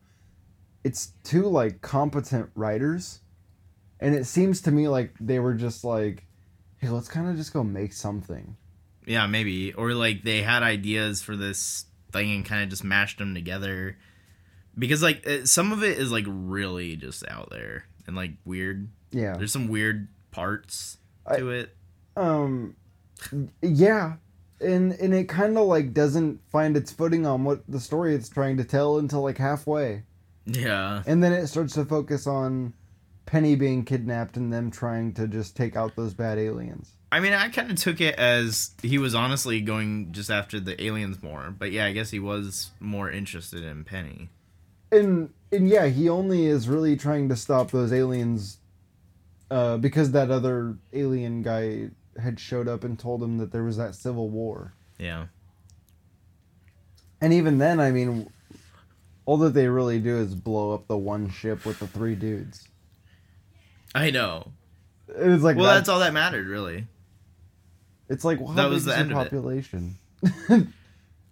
[SPEAKER 1] it's two like competent writers and it seems to me like they were just like hey let's kind of just go make something
[SPEAKER 2] Yeah, maybe, or like they had ideas for this thing and kind of just mashed them together, because like it, some of it is like really just out there and like weird.
[SPEAKER 1] yeah
[SPEAKER 2] There's some weird parts
[SPEAKER 1] I-
[SPEAKER 2] to it.
[SPEAKER 1] um yeah and and it kind of like doesn't find its footing on what the story it's trying to tell until like halfway
[SPEAKER 2] Yeah,
[SPEAKER 1] and then it starts to focus on penny being kidnapped and them trying to just take out those bad aliens
[SPEAKER 2] I mean, I kind of took it as he was honestly going just after the aliens more, but yeah, I guess he was more interested in Penny.
[SPEAKER 1] and and yeah he only is really trying to stop those aliens uh, because that other alien guy had showed up and told him that there was that civil war.
[SPEAKER 2] Yeah.
[SPEAKER 1] And even then, I mean, all that they really do is blow up the one ship with the three dudes.
[SPEAKER 2] I know.
[SPEAKER 1] And It's like
[SPEAKER 2] Well,
[SPEAKER 1] that-
[SPEAKER 2] that's all that mattered, really.
[SPEAKER 1] It's like wow,
[SPEAKER 2] that
[SPEAKER 1] that
[SPEAKER 2] was the end of it.
[SPEAKER 1] population.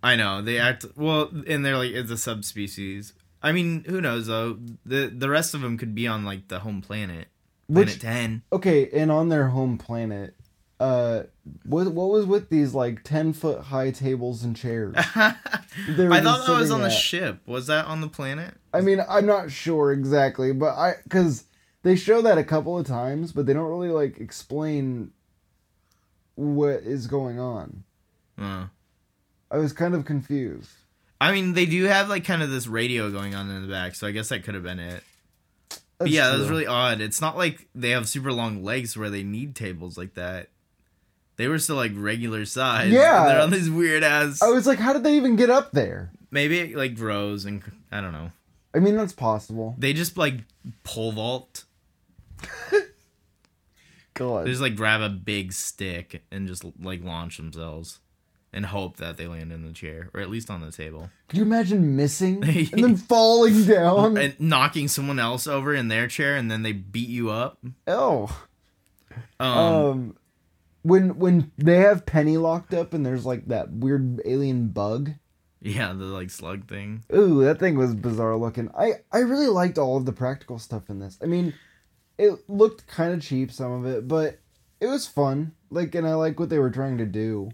[SPEAKER 2] I know they act well, and they're like it's a subspecies. I mean, who knows though? the The rest of them could be on like the home planet, planet
[SPEAKER 1] Which-
[SPEAKER 2] ten.
[SPEAKER 1] Okay, and on their home planet, uh, what what was with these like ten foot high tables and chairs?
[SPEAKER 2] I
[SPEAKER 1] They were
[SPEAKER 2] thought
[SPEAKER 1] just
[SPEAKER 2] that was
[SPEAKER 1] sitting
[SPEAKER 2] on the
[SPEAKER 1] at?
[SPEAKER 2] ship. Was that on the planet?
[SPEAKER 1] I mean, I'm not sure exactly, but I because they show that a couple of times, but they don't really like explain what is going on.
[SPEAKER 2] Uh,
[SPEAKER 1] I was kind of confused.
[SPEAKER 2] I mean, they do have like kind of this radio going on in the back, so I guess that could have been it. But
[SPEAKER 1] That's
[SPEAKER 2] yeah, that was
[SPEAKER 1] true.
[SPEAKER 2] really odd. It's not like they have super long legs where they need tables like that. They were still like regular size. and
[SPEAKER 1] Yeah.
[SPEAKER 2] they're on these weird ass.
[SPEAKER 1] I was like, how did they even get up there?
[SPEAKER 2] Maybe it like grows and I don't know.
[SPEAKER 1] I mean, that's possible.
[SPEAKER 2] They just like pole vault.
[SPEAKER 1] God.
[SPEAKER 2] They just like grab a big stick and just like launch themselves and hope that they land in the chair or at least on the table
[SPEAKER 1] Could you imagine missing and then falling down?
[SPEAKER 2] and knocking someone else over in their chair and then they beat you up.
[SPEAKER 1] oh.
[SPEAKER 2] Um,
[SPEAKER 1] Um when when they have Penny locked up and there's like that weird alien bug.
[SPEAKER 2] yeah, the like slug thing.
[SPEAKER 1] Ooh, that thing was bizarre looking. I I really liked all of the practical stuff in this. I mean, it looked kind of cheap some of it, but it was fun. Like and I like what they were trying to do.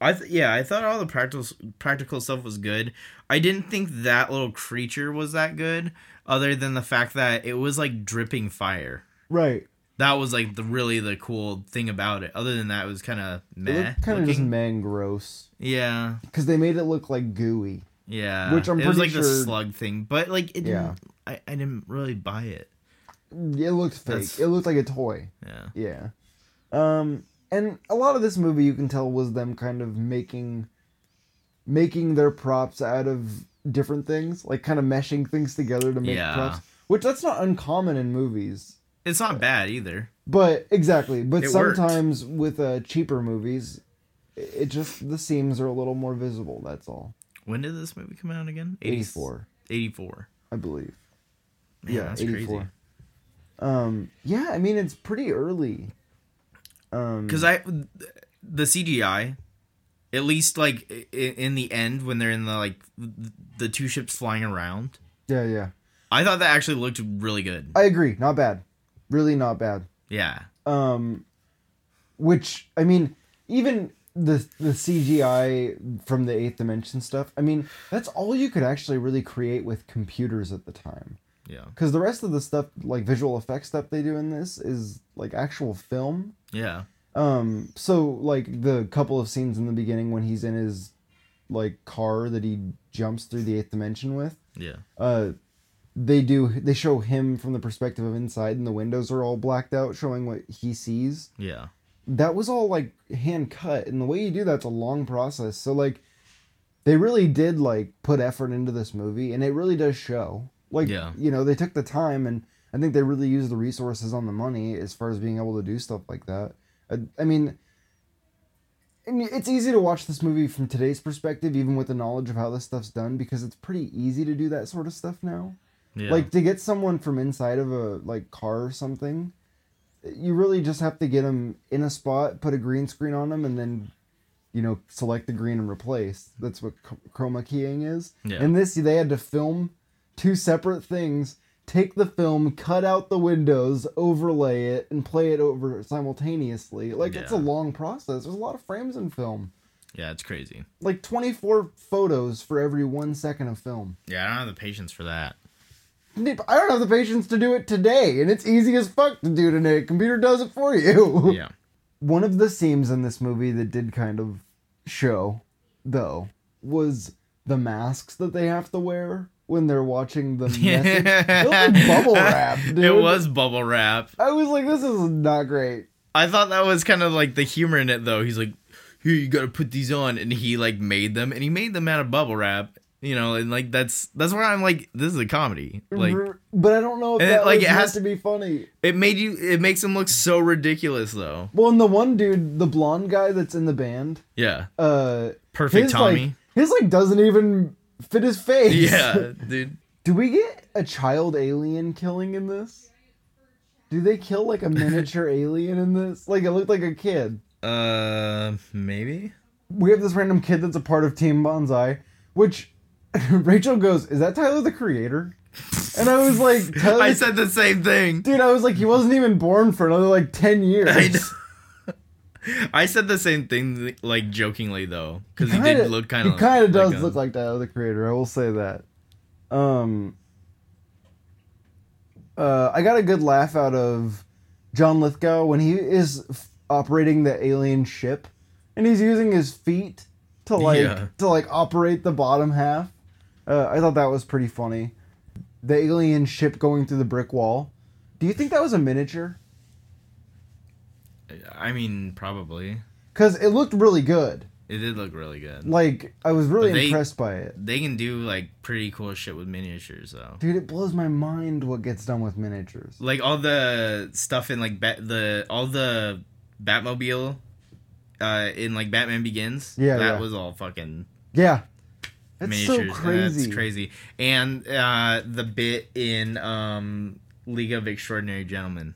[SPEAKER 2] I th- yeah, I thought all the practical practical stuff was good. I didn't think that little creature was that good, other than the fact that it was like dripping fire.
[SPEAKER 1] Right.
[SPEAKER 2] That was like the really the cool thing about it. Other than that, it was kind of
[SPEAKER 1] It
[SPEAKER 2] meh.
[SPEAKER 1] looked kind of just
[SPEAKER 2] looking.
[SPEAKER 1] man gross
[SPEAKER 2] yeah,
[SPEAKER 1] cuz they made it look like gooey.
[SPEAKER 2] yeah.
[SPEAKER 1] Which I'm
[SPEAKER 2] it was like
[SPEAKER 1] pretty
[SPEAKER 2] the
[SPEAKER 1] sure-
[SPEAKER 2] slug thing, but like it.
[SPEAKER 1] Yeah.
[SPEAKER 2] Didn't, I I didn't really buy it.
[SPEAKER 1] It looked fake.
[SPEAKER 2] That's-
[SPEAKER 1] It looked like a toy.
[SPEAKER 2] Yeah,
[SPEAKER 1] Yeah. Um and a lot of this movie you can tell was them kind of making making their props out of different things, like kind of meshing things together to make
[SPEAKER 2] Yeah.
[SPEAKER 1] props, which that's not uncommon in movies.
[SPEAKER 2] it's not bad either.
[SPEAKER 1] But exactly, but
[SPEAKER 2] It worked.
[SPEAKER 1] sometimes with uh cheaper movies, i- it just the seams are a little more visible, that's all.
[SPEAKER 2] When did this movie come out again?
[SPEAKER 1] 84,
[SPEAKER 2] Eighty four.
[SPEAKER 1] I believe.
[SPEAKER 2] Man,
[SPEAKER 1] yeah,
[SPEAKER 2] that's
[SPEAKER 1] 84.
[SPEAKER 2] crazy.
[SPEAKER 1] Um yeah, I mean it's pretty early. Um
[SPEAKER 2] because I the CGI, at least like i- in the end when they're in the like the two ships flying around,
[SPEAKER 1] yeah, yeah.
[SPEAKER 2] I thought that actually looked really good.
[SPEAKER 1] I agree, not bad. Really not bad.
[SPEAKER 2] Yeah,
[SPEAKER 1] um which i mean even the the cgi from the eighth dimension stuff i mean that's all you could actually really create with computers at the time
[SPEAKER 2] yeah,
[SPEAKER 1] because the rest of the stuff like visual effects stuff they do in this is like actual film
[SPEAKER 2] yeah,
[SPEAKER 1] um so like the couple of scenes in the beginning when he's in his like car that he jumps through the eighth dimension with
[SPEAKER 2] yeah,
[SPEAKER 1] uh they do they show him from the perspective of inside and the windows are all blacked out showing what he sees
[SPEAKER 2] yeah,
[SPEAKER 1] that was all like hand cut and the way you do that's a long process so like they really did like put effort into this movie and it really does show like
[SPEAKER 2] Yeah.
[SPEAKER 1] you know they took the time and i think they really used the resources on the money as far as being able to do stuff like that i, I mean I mean, it's easy to watch this movie from today's perspective, even with the knowledge of how this stuff's done, because it's pretty easy to do that sort of stuff now.
[SPEAKER 2] yeah.
[SPEAKER 1] Like to get someone from inside of a like car or something, you really just have to get them in a spot, put a green screen on them, and then, you know, select the green and replace. That's what ch- chroma keying is.
[SPEAKER 2] Yeah.
[SPEAKER 1] And this, they had to film two separate things, take the film, cut out the windows, overlay it, and play it over simultaneously. Like it's a
[SPEAKER 2] Yeah.
[SPEAKER 1] long process. There's a lot of frames in film.
[SPEAKER 2] yeah, it's crazy.
[SPEAKER 1] Like 24 photos for every one second of film.
[SPEAKER 2] Yeah, I don't have the patience for that.
[SPEAKER 1] Nip, I don't have the patience to do it today, and it's easy as fuck to do today. Computer does it for you.
[SPEAKER 2] Yeah,
[SPEAKER 1] One of the themes in this movie that did kind of show, though, was the masks that they have to wear when they're watching the message. it was like bubble wrap, dude.
[SPEAKER 2] it was bubble wrap.
[SPEAKER 1] I was like, this is not great.
[SPEAKER 2] I thought that was kind of like the humor in it though. He's like, "Here, you gotta put these on," and he like made them, and he made them out of bubble wrap, You know, and like that's that's where I'm like, this is a comedy. Like
[SPEAKER 1] R- but I don't know if
[SPEAKER 2] And it-
[SPEAKER 1] that
[SPEAKER 2] like,
[SPEAKER 1] was
[SPEAKER 2] it has-
[SPEAKER 1] meant to be funny.
[SPEAKER 2] it made you it makes him look so ridiculous though.
[SPEAKER 1] Well, and the one dude, the blonde guy that's in the band,
[SPEAKER 2] Yeah.
[SPEAKER 1] uh,
[SPEAKER 2] Perfect
[SPEAKER 1] his,
[SPEAKER 2] Tommy.
[SPEAKER 1] Like, his like doesn't even fit his face.
[SPEAKER 2] yeah, dude.
[SPEAKER 1] Do we get a child alien killing in this? Do they kill like a miniature alien in this? Like it looked like a kid.
[SPEAKER 2] Uh maybe?
[SPEAKER 1] We have this random kid that's a part of Team Bonsai, which Rachel goes, "Is that Tyler the Creator?" And I was like, Tyler,
[SPEAKER 2] I said the same thing.
[SPEAKER 1] "Dude, I was like, he wasn't even born for another like ten years."
[SPEAKER 2] I know. I said the same thing, like jokingly though, because he
[SPEAKER 1] Kinda-
[SPEAKER 2] did look kind of.
[SPEAKER 1] He kind of does
[SPEAKER 2] him.
[SPEAKER 1] look like Tyler the Creator. I will say that. Um. Uh, I got a good laugh out of John Lithgow when he is f- operating the alien ship, and he's using his feet to like
[SPEAKER 2] Yeah.
[SPEAKER 1] to like operate the bottom half. Uh, I thought that was pretty funny. The alien ship going through the brick wall. Do you think that was a miniature?
[SPEAKER 2] I mean, probably
[SPEAKER 1] Because it looked really good.
[SPEAKER 2] it did look really good.
[SPEAKER 1] Like I was really
[SPEAKER 2] They-
[SPEAKER 1] impressed by it.
[SPEAKER 2] They can do like pretty cool shit with miniatures though.
[SPEAKER 1] Dude, it blows my mind what gets done with miniatures.
[SPEAKER 2] Like all the stuff in like bat the all the Batmobile, uh, in like Batman Begins.
[SPEAKER 1] Yeah,
[SPEAKER 2] that
[SPEAKER 1] yeah.
[SPEAKER 2] was all fucking
[SPEAKER 1] Yeah. That's so
[SPEAKER 2] miniatures. and
[SPEAKER 1] crazy.
[SPEAKER 2] That's crazy. And uh, the bit in um, League of Extraordinary Gentlemen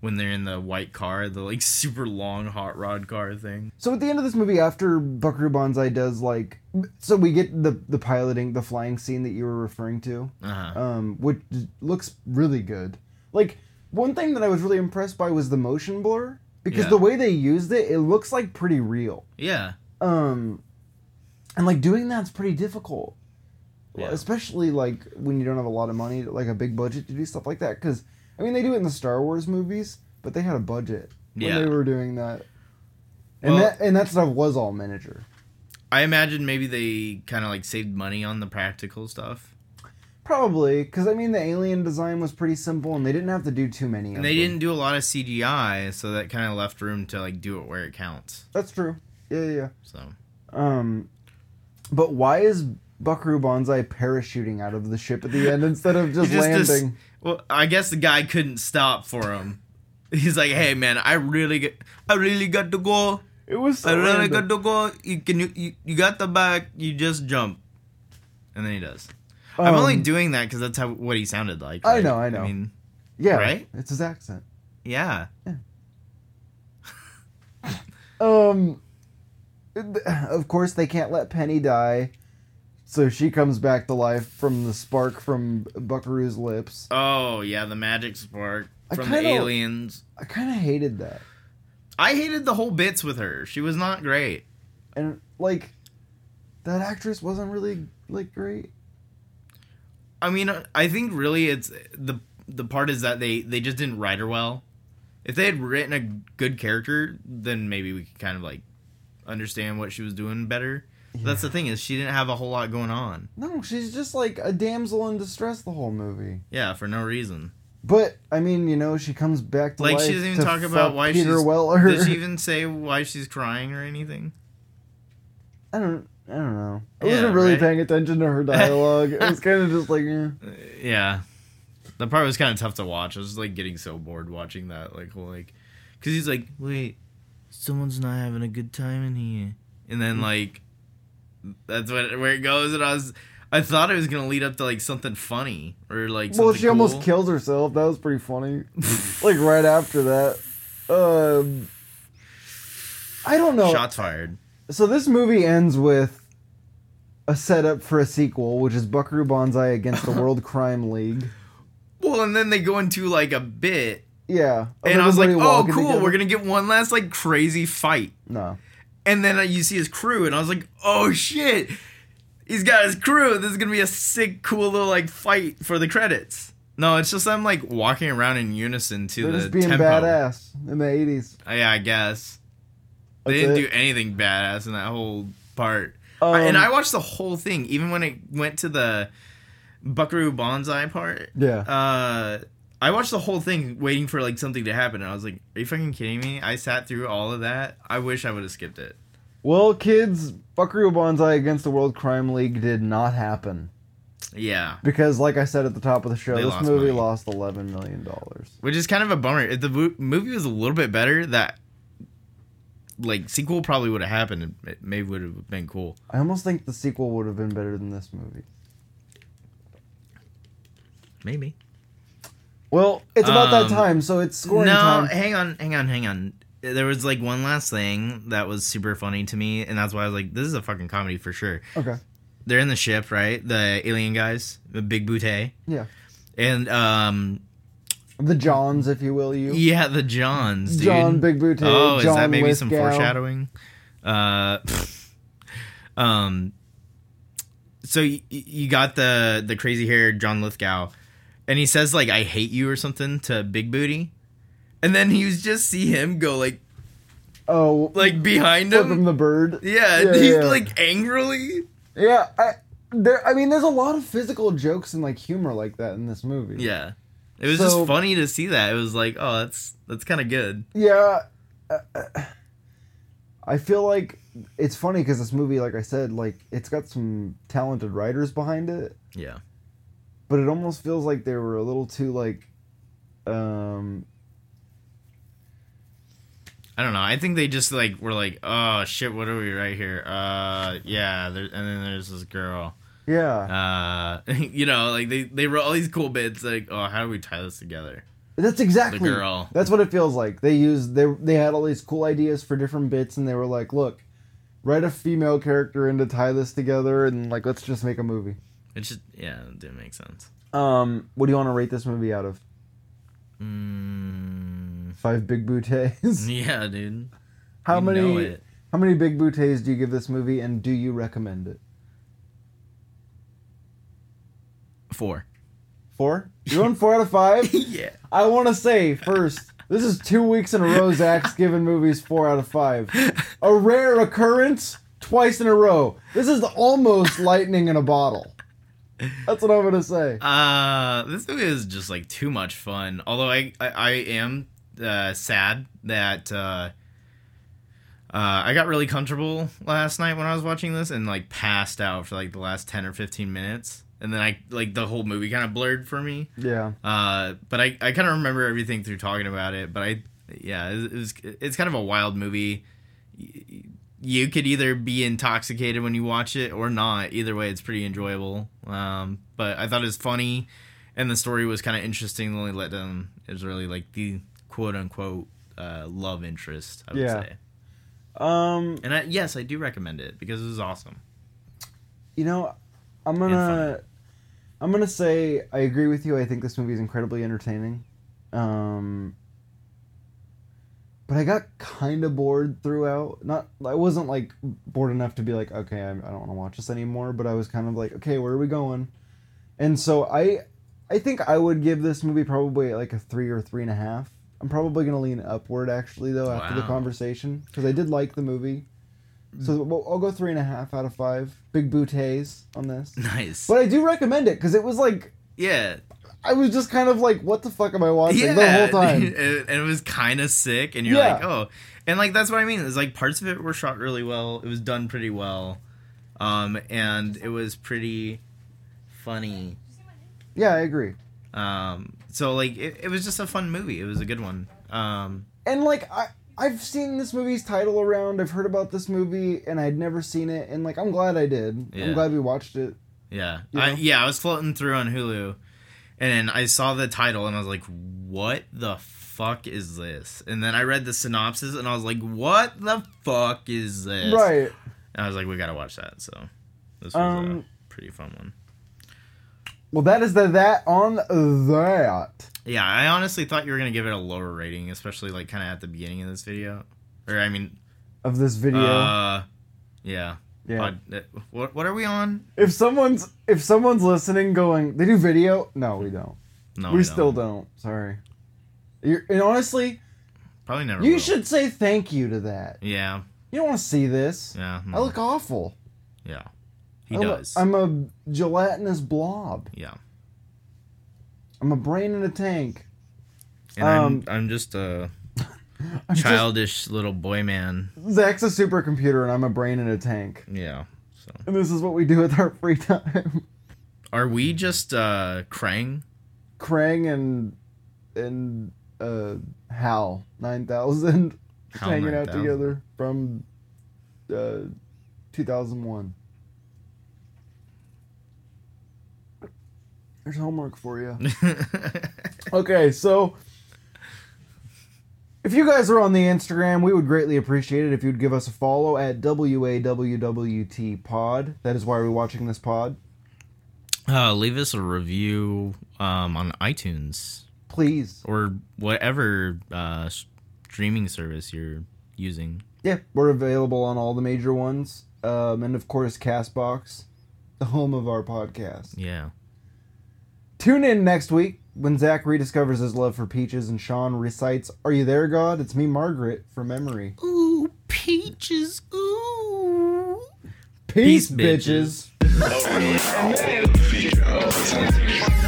[SPEAKER 2] when they're in the white car, the like super long hot rod car thing.
[SPEAKER 1] So at the end of this movie, after Buckaroo Banzai does like, so we get the the piloting, the flying scene that you were referring to,
[SPEAKER 2] Uh-huh.
[SPEAKER 1] um, which looks really good. Like one thing that I was really impressed by was the motion blur because
[SPEAKER 2] Yeah.
[SPEAKER 1] the way they used it, it looks like pretty real.
[SPEAKER 2] Yeah.
[SPEAKER 1] Um, and like doing that's pretty difficult.
[SPEAKER 2] Yeah.
[SPEAKER 1] especially like when you don't have a lot of money, like a big budget to do stuff like that. Because I mean, they do it in the Star Wars movies, but they had a budget when
[SPEAKER 2] Yeah.
[SPEAKER 1] they were doing that, and
[SPEAKER 2] Well-
[SPEAKER 1] that and that stuff was all miniature.
[SPEAKER 2] I imagine maybe they kind of like saved money on the practical stuff.
[SPEAKER 1] Probably because I mean, the alien design was pretty simple, and they didn't have to do too many. of
[SPEAKER 2] And they
[SPEAKER 1] them.
[SPEAKER 2] didn't do a lot of CGI, so that kind of left room to like do it where it counts.
[SPEAKER 1] That's true. Yeah, yeah. yeah.
[SPEAKER 2] So
[SPEAKER 1] Um, but why is Buckaroo Banzai parachuting out of the ship at the end instead of just,
[SPEAKER 2] He just dis-
[SPEAKER 1] landing?
[SPEAKER 2] well, I guess the guy couldn't stop for him. He's like, "Hey man, I really get, I really got to go.
[SPEAKER 1] It was so
[SPEAKER 2] I really
[SPEAKER 1] random.
[SPEAKER 2] got to go. You can you, you, you got the back. You just jump." And then he does. I'm only
[SPEAKER 1] Um,
[SPEAKER 2] doing that because that's how what he sounded like.
[SPEAKER 1] I
[SPEAKER 2] right?
[SPEAKER 1] know, I know.
[SPEAKER 2] I mean,
[SPEAKER 1] yeah,
[SPEAKER 2] right?
[SPEAKER 1] It's his accent.
[SPEAKER 2] yeah.
[SPEAKER 1] Um, of course they can't let Penny die, so she comes back to life from the spark from Buckaroo's lips.
[SPEAKER 2] Oh yeah, the magic spark
[SPEAKER 1] I
[SPEAKER 2] from the
[SPEAKER 1] kinda-
[SPEAKER 2] aliens.
[SPEAKER 1] I kind of hated that,
[SPEAKER 2] I hated the whole bits with her. She was not great.
[SPEAKER 1] and like, that actress wasn't really like great.
[SPEAKER 2] I mean, I think really it's the the part is that they they just didn't write her well. If they had written a good character, then maybe we could kind of like understand what she was doing better. That's the thing is she didn't have a whole lot going on.
[SPEAKER 1] No, she's just like a damsel in distress the whole movie.
[SPEAKER 2] Yeah, for no reason.
[SPEAKER 1] But I mean, you know, she comes back to
[SPEAKER 2] Like
[SPEAKER 1] life
[SPEAKER 2] she doesn't
[SPEAKER 1] to
[SPEAKER 2] even talk about
[SPEAKER 1] fuck
[SPEAKER 2] why
[SPEAKER 1] Peter
[SPEAKER 2] she's.
[SPEAKER 1] Weller.
[SPEAKER 2] Does she even say why she's crying or anything?
[SPEAKER 1] I don't. I don't know. I
[SPEAKER 2] Yeah,
[SPEAKER 1] wasn't really
[SPEAKER 2] right?
[SPEAKER 1] paying attention to her dialogue. it was kind of just like, eh.
[SPEAKER 2] Uh, yeah, that part was kind of tough to watch. I was like getting so bored watching that like whole like, because he's like, wait, someone's not having a good time in here, and then like, that's what where it goes, and I was. I thought it was gonna lead up to like something funny or like.
[SPEAKER 1] well,
[SPEAKER 2] something
[SPEAKER 1] she almost
[SPEAKER 2] cool.
[SPEAKER 1] kills herself. That was pretty funny. like right after that. Um, I don't know.
[SPEAKER 2] Shots fired.
[SPEAKER 1] So this movie ends with a setup for a sequel, which is Buckaroo Banzai against the World Crime League.
[SPEAKER 2] Well, and then they go into like a bit,
[SPEAKER 1] Yeah, of
[SPEAKER 2] and I was like,
[SPEAKER 1] everybody
[SPEAKER 2] "Oh,
[SPEAKER 1] walking
[SPEAKER 2] cool,
[SPEAKER 1] together."
[SPEAKER 2] we're gonna get one last like crazy fight."
[SPEAKER 1] No,
[SPEAKER 2] And then uh, you see his crew, and I was like, oh shit, he's got his crew. This is gonna be a sick, cool little like fight for the credits. No, it's just I'm like walking around in unison to
[SPEAKER 1] they're
[SPEAKER 2] the
[SPEAKER 1] just being
[SPEAKER 2] tempo.
[SPEAKER 1] badass in the eighties.
[SPEAKER 2] Uh, Yeah, I guess they
[SPEAKER 1] That's
[SPEAKER 2] didn't
[SPEAKER 1] it.
[SPEAKER 2] do anything badass in that whole part.
[SPEAKER 1] Um,
[SPEAKER 2] I- and I watched the whole thing, even when it went to the Buckaroo Banzai part.
[SPEAKER 1] yeah.
[SPEAKER 2] Uh, I watched the whole thing waiting for like something to happen, and I was like, "Are you fucking kidding me?" I sat through all of that. I wish I would have skipped it.
[SPEAKER 1] Well, kids, Buckaroo Banzai against the World Crime League did not happen
[SPEAKER 2] Yeah,
[SPEAKER 1] because, like I said at the top of the show,
[SPEAKER 2] They
[SPEAKER 1] this
[SPEAKER 2] lost
[SPEAKER 1] movie
[SPEAKER 2] money.
[SPEAKER 1] lost eleven million dollars.
[SPEAKER 2] which is kind of a bummer. If the vo- movie was a little bit better, that like sequel probably would have happened. and It maybe would have been cool.
[SPEAKER 1] I almost think the sequel would have been better than this movie.
[SPEAKER 2] Maybe.
[SPEAKER 1] Well, it's about
[SPEAKER 2] Um,
[SPEAKER 1] that time, so it's scoring
[SPEAKER 2] no,
[SPEAKER 1] time.
[SPEAKER 2] hang on, hang on, hang on. There was like one last thing that was super funny to me, and that's why I was like, "This is a fucking comedy for sure."
[SPEAKER 1] Okay.
[SPEAKER 2] They're in the ship, right? The alien guys, the big bootay,
[SPEAKER 1] Yeah.
[SPEAKER 2] and um,
[SPEAKER 1] The Johns, if you will, you.
[SPEAKER 2] yeah, the Johns, dude.
[SPEAKER 1] John Big Boot.
[SPEAKER 2] Oh,
[SPEAKER 1] John
[SPEAKER 2] is that maybe some
[SPEAKER 1] Lithgow.
[SPEAKER 2] foreshadowing? Uh, um, so y- y- you got the the crazy hair John Lithgow, and he says like "I hate you" or something to Big Booty, and then you just see him go like
[SPEAKER 1] Oh,
[SPEAKER 2] like behind
[SPEAKER 1] flip him
[SPEAKER 2] him.
[SPEAKER 1] the bird.
[SPEAKER 2] Yeah,
[SPEAKER 1] Yeah,
[SPEAKER 2] he's
[SPEAKER 1] yeah.
[SPEAKER 2] like angrily.
[SPEAKER 1] Yeah, I there. I mean, there's a lot of physical jokes and like humor like that in this movie.
[SPEAKER 2] Yeah, it was
[SPEAKER 1] So-
[SPEAKER 2] just funny to see that. It was like, oh, that's that's kind of good.
[SPEAKER 1] Yeah. uh, uh, I feel like it's funny because this movie, like I said, like it's got some talented writers behind it,
[SPEAKER 2] Yeah,
[SPEAKER 1] but it almost feels like they were a little too like, um,
[SPEAKER 2] I don't know. I think they just like were like, oh shit, what are we right here? Uh, yeah, there, and then there's this girl.
[SPEAKER 1] yeah.
[SPEAKER 2] Uh, you know, like they they wrote all these cool bits. Like, oh, how do we tie this together?
[SPEAKER 1] That's exactly.
[SPEAKER 2] girl.
[SPEAKER 1] That's what it feels like. They used they they had all these cool ideas for different bits, and they were like, look. Write a female character in to tie this together, and like let's just make a movie.
[SPEAKER 2] It just yeah, it didn't make sense.
[SPEAKER 1] Um, what do you want to rate this movie out of?
[SPEAKER 2] Mm,
[SPEAKER 1] Five big booties.
[SPEAKER 2] yeah, dude.
[SPEAKER 1] How
[SPEAKER 2] You know
[SPEAKER 1] many?
[SPEAKER 2] it.
[SPEAKER 1] How many big booties do you give this movie, and do you recommend it?
[SPEAKER 2] Four.
[SPEAKER 1] Four. You're on four out of five.
[SPEAKER 2] yeah.
[SPEAKER 1] I want to say first, this is two weeks in a row Zach's given movies four out of five. A rare occurrence, twice in a row. This is almost lightning in a bottle. That's what I'm gonna say.
[SPEAKER 2] Uh, this movie is just like too much fun. Although I I, I am uh, sad that uh, uh, I got really comfortable last night when I was watching this and like passed out for like the last ten or fifteen minutes, and then I like the whole movie kind of blurred for me.
[SPEAKER 1] Yeah.
[SPEAKER 2] Uh, but I, I kind of remember everything through talking about it. But I, yeah, it, it was it's kind of a wild movie. Y- You could either be intoxicated when you watch it or not. Either way, it's pretty enjoyable. Um, but I thought it was funny, and the story was kind of interesting. The only letdown is really like the quote unquote uh, love interest. I would
[SPEAKER 1] Yeah.
[SPEAKER 2] say.
[SPEAKER 1] Um.
[SPEAKER 2] And I, yes, I do recommend it because it was awesome.
[SPEAKER 1] You know, I'm
[SPEAKER 2] And
[SPEAKER 1] gonna I'm gonna say I agree with you. I think this movie is incredibly entertaining. Um but I got kind of bored throughout. Not I wasn't like bored enough to be like, okay, I, I don't want to watch this anymore, but I was kind of like, okay, where are we going? And so I I think I would give this movie probably like a 3 or three and a half. I'm probably gonna lean upward actually though after the
[SPEAKER 2] Wow.
[SPEAKER 1] conversation because I did like the movie.
[SPEAKER 2] Mm.
[SPEAKER 1] So well, I'll go three and a half out of five. Big booties on this,
[SPEAKER 2] Nice.
[SPEAKER 1] but I do recommend it because it was like
[SPEAKER 2] Yeah.
[SPEAKER 1] I was just kind of like, what the fuck am I watching the whole time?
[SPEAKER 2] and and it was kind of sick, and you're
[SPEAKER 1] Yeah.
[SPEAKER 2] like, oh, and like that's what I mean. It's like parts of it were shot really well. It was done pretty well, um, and it was pretty funny.
[SPEAKER 1] yeah, I agree.
[SPEAKER 2] Um, so like it, it was just a fun movie. It was a good one. Um,
[SPEAKER 1] And like I. I've seen this movie's title around. I've heard about this movie, and I'd never seen it. And like, I'm glad I did. I'm
[SPEAKER 2] Yeah.
[SPEAKER 1] glad we watched it.
[SPEAKER 2] yeah,
[SPEAKER 1] You
[SPEAKER 2] I,
[SPEAKER 1] know?
[SPEAKER 2] yeah. I was floating through on Hulu, and I saw the title, and I was like, what the fuck is this? And then I read the synopsis, and I was like, what the fuck is this?
[SPEAKER 1] Right.
[SPEAKER 2] And I was like, we gotta watch that. So this was
[SPEAKER 1] Um,
[SPEAKER 2] a pretty fun one.
[SPEAKER 1] Well, that is the that on that.
[SPEAKER 2] Yeah, I honestly thought you were gonna give it a lower rating, especially like kind of at the beginning of this video, or I mean,
[SPEAKER 1] Of this video,
[SPEAKER 2] uh, yeah.
[SPEAKER 1] yeah.
[SPEAKER 2] Pod- uh, what what are we on?
[SPEAKER 1] If someone's if someone's listening, going, they do video. No, we don't.
[SPEAKER 2] No,
[SPEAKER 1] we still don't. Sorry. You're, and honestly,
[SPEAKER 2] Probably never.
[SPEAKER 1] You
[SPEAKER 2] will.
[SPEAKER 1] should say thank you to that.
[SPEAKER 2] Yeah,
[SPEAKER 1] You don't want to see this.
[SPEAKER 2] yeah. mm,
[SPEAKER 1] I look awful.
[SPEAKER 2] yeah, he
[SPEAKER 1] I'm a-
[SPEAKER 2] does.
[SPEAKER 1] I'm a gelatinous blob.
[SPEAKER 2] yeah,
[SPEAKER 1] I'm a brain in a tank.
[SPEAKER 2] and
[SPEAKER 1] um,
[SPEAKER 2] I'm I'm just uh childish little boy man.
[SPEAKER 1] Zach's a supercomputer and I'm a brain in a tank.
[SPEAKER 2] Yeah. So,
[SPEAKER 1] And this is what we do with our free time.
[SPEAKER 2] are we just uh Krang?
[SPEAKER 1] Krang and and uh Hal nine thousand
[SPEAKER 2] Hal
[SPEAKER 1] hanging out
[SPEAKER 2] 9000.
[SPEAKER 1] together from uh two thousand one. There's homework for you. Okay, so if you guys are on the Instagram, we would greatly appreciate it if you'd give us a follow at WAWWT Pod. That is why we're watching this pod.
[SPEAKER 2] uh, leave us a review um, on iTunes
[SPEAKER 1] Please.
[SPEAKER 2] or whatever uh, streaming service you're using.
[SPEAKER 1] Yeah, we're available on all the major ones. Um, and of course, Castbox, the home of our podcast.
[SPEAKER 2] Yeah.
[SPEAKER 1] Tune in next week when Zach rediscovers his love for peaches and Sean recites, Are You There, God? It's me, Margaret, from memory.
[SPEAKER 2] Ooh, peaches. Ooh.
[SPEAKER 1] Peace,
[SPEAKER 2] bitches.
[SPEAKER 1] bitches.
[SPEAKER 3] Feature of something.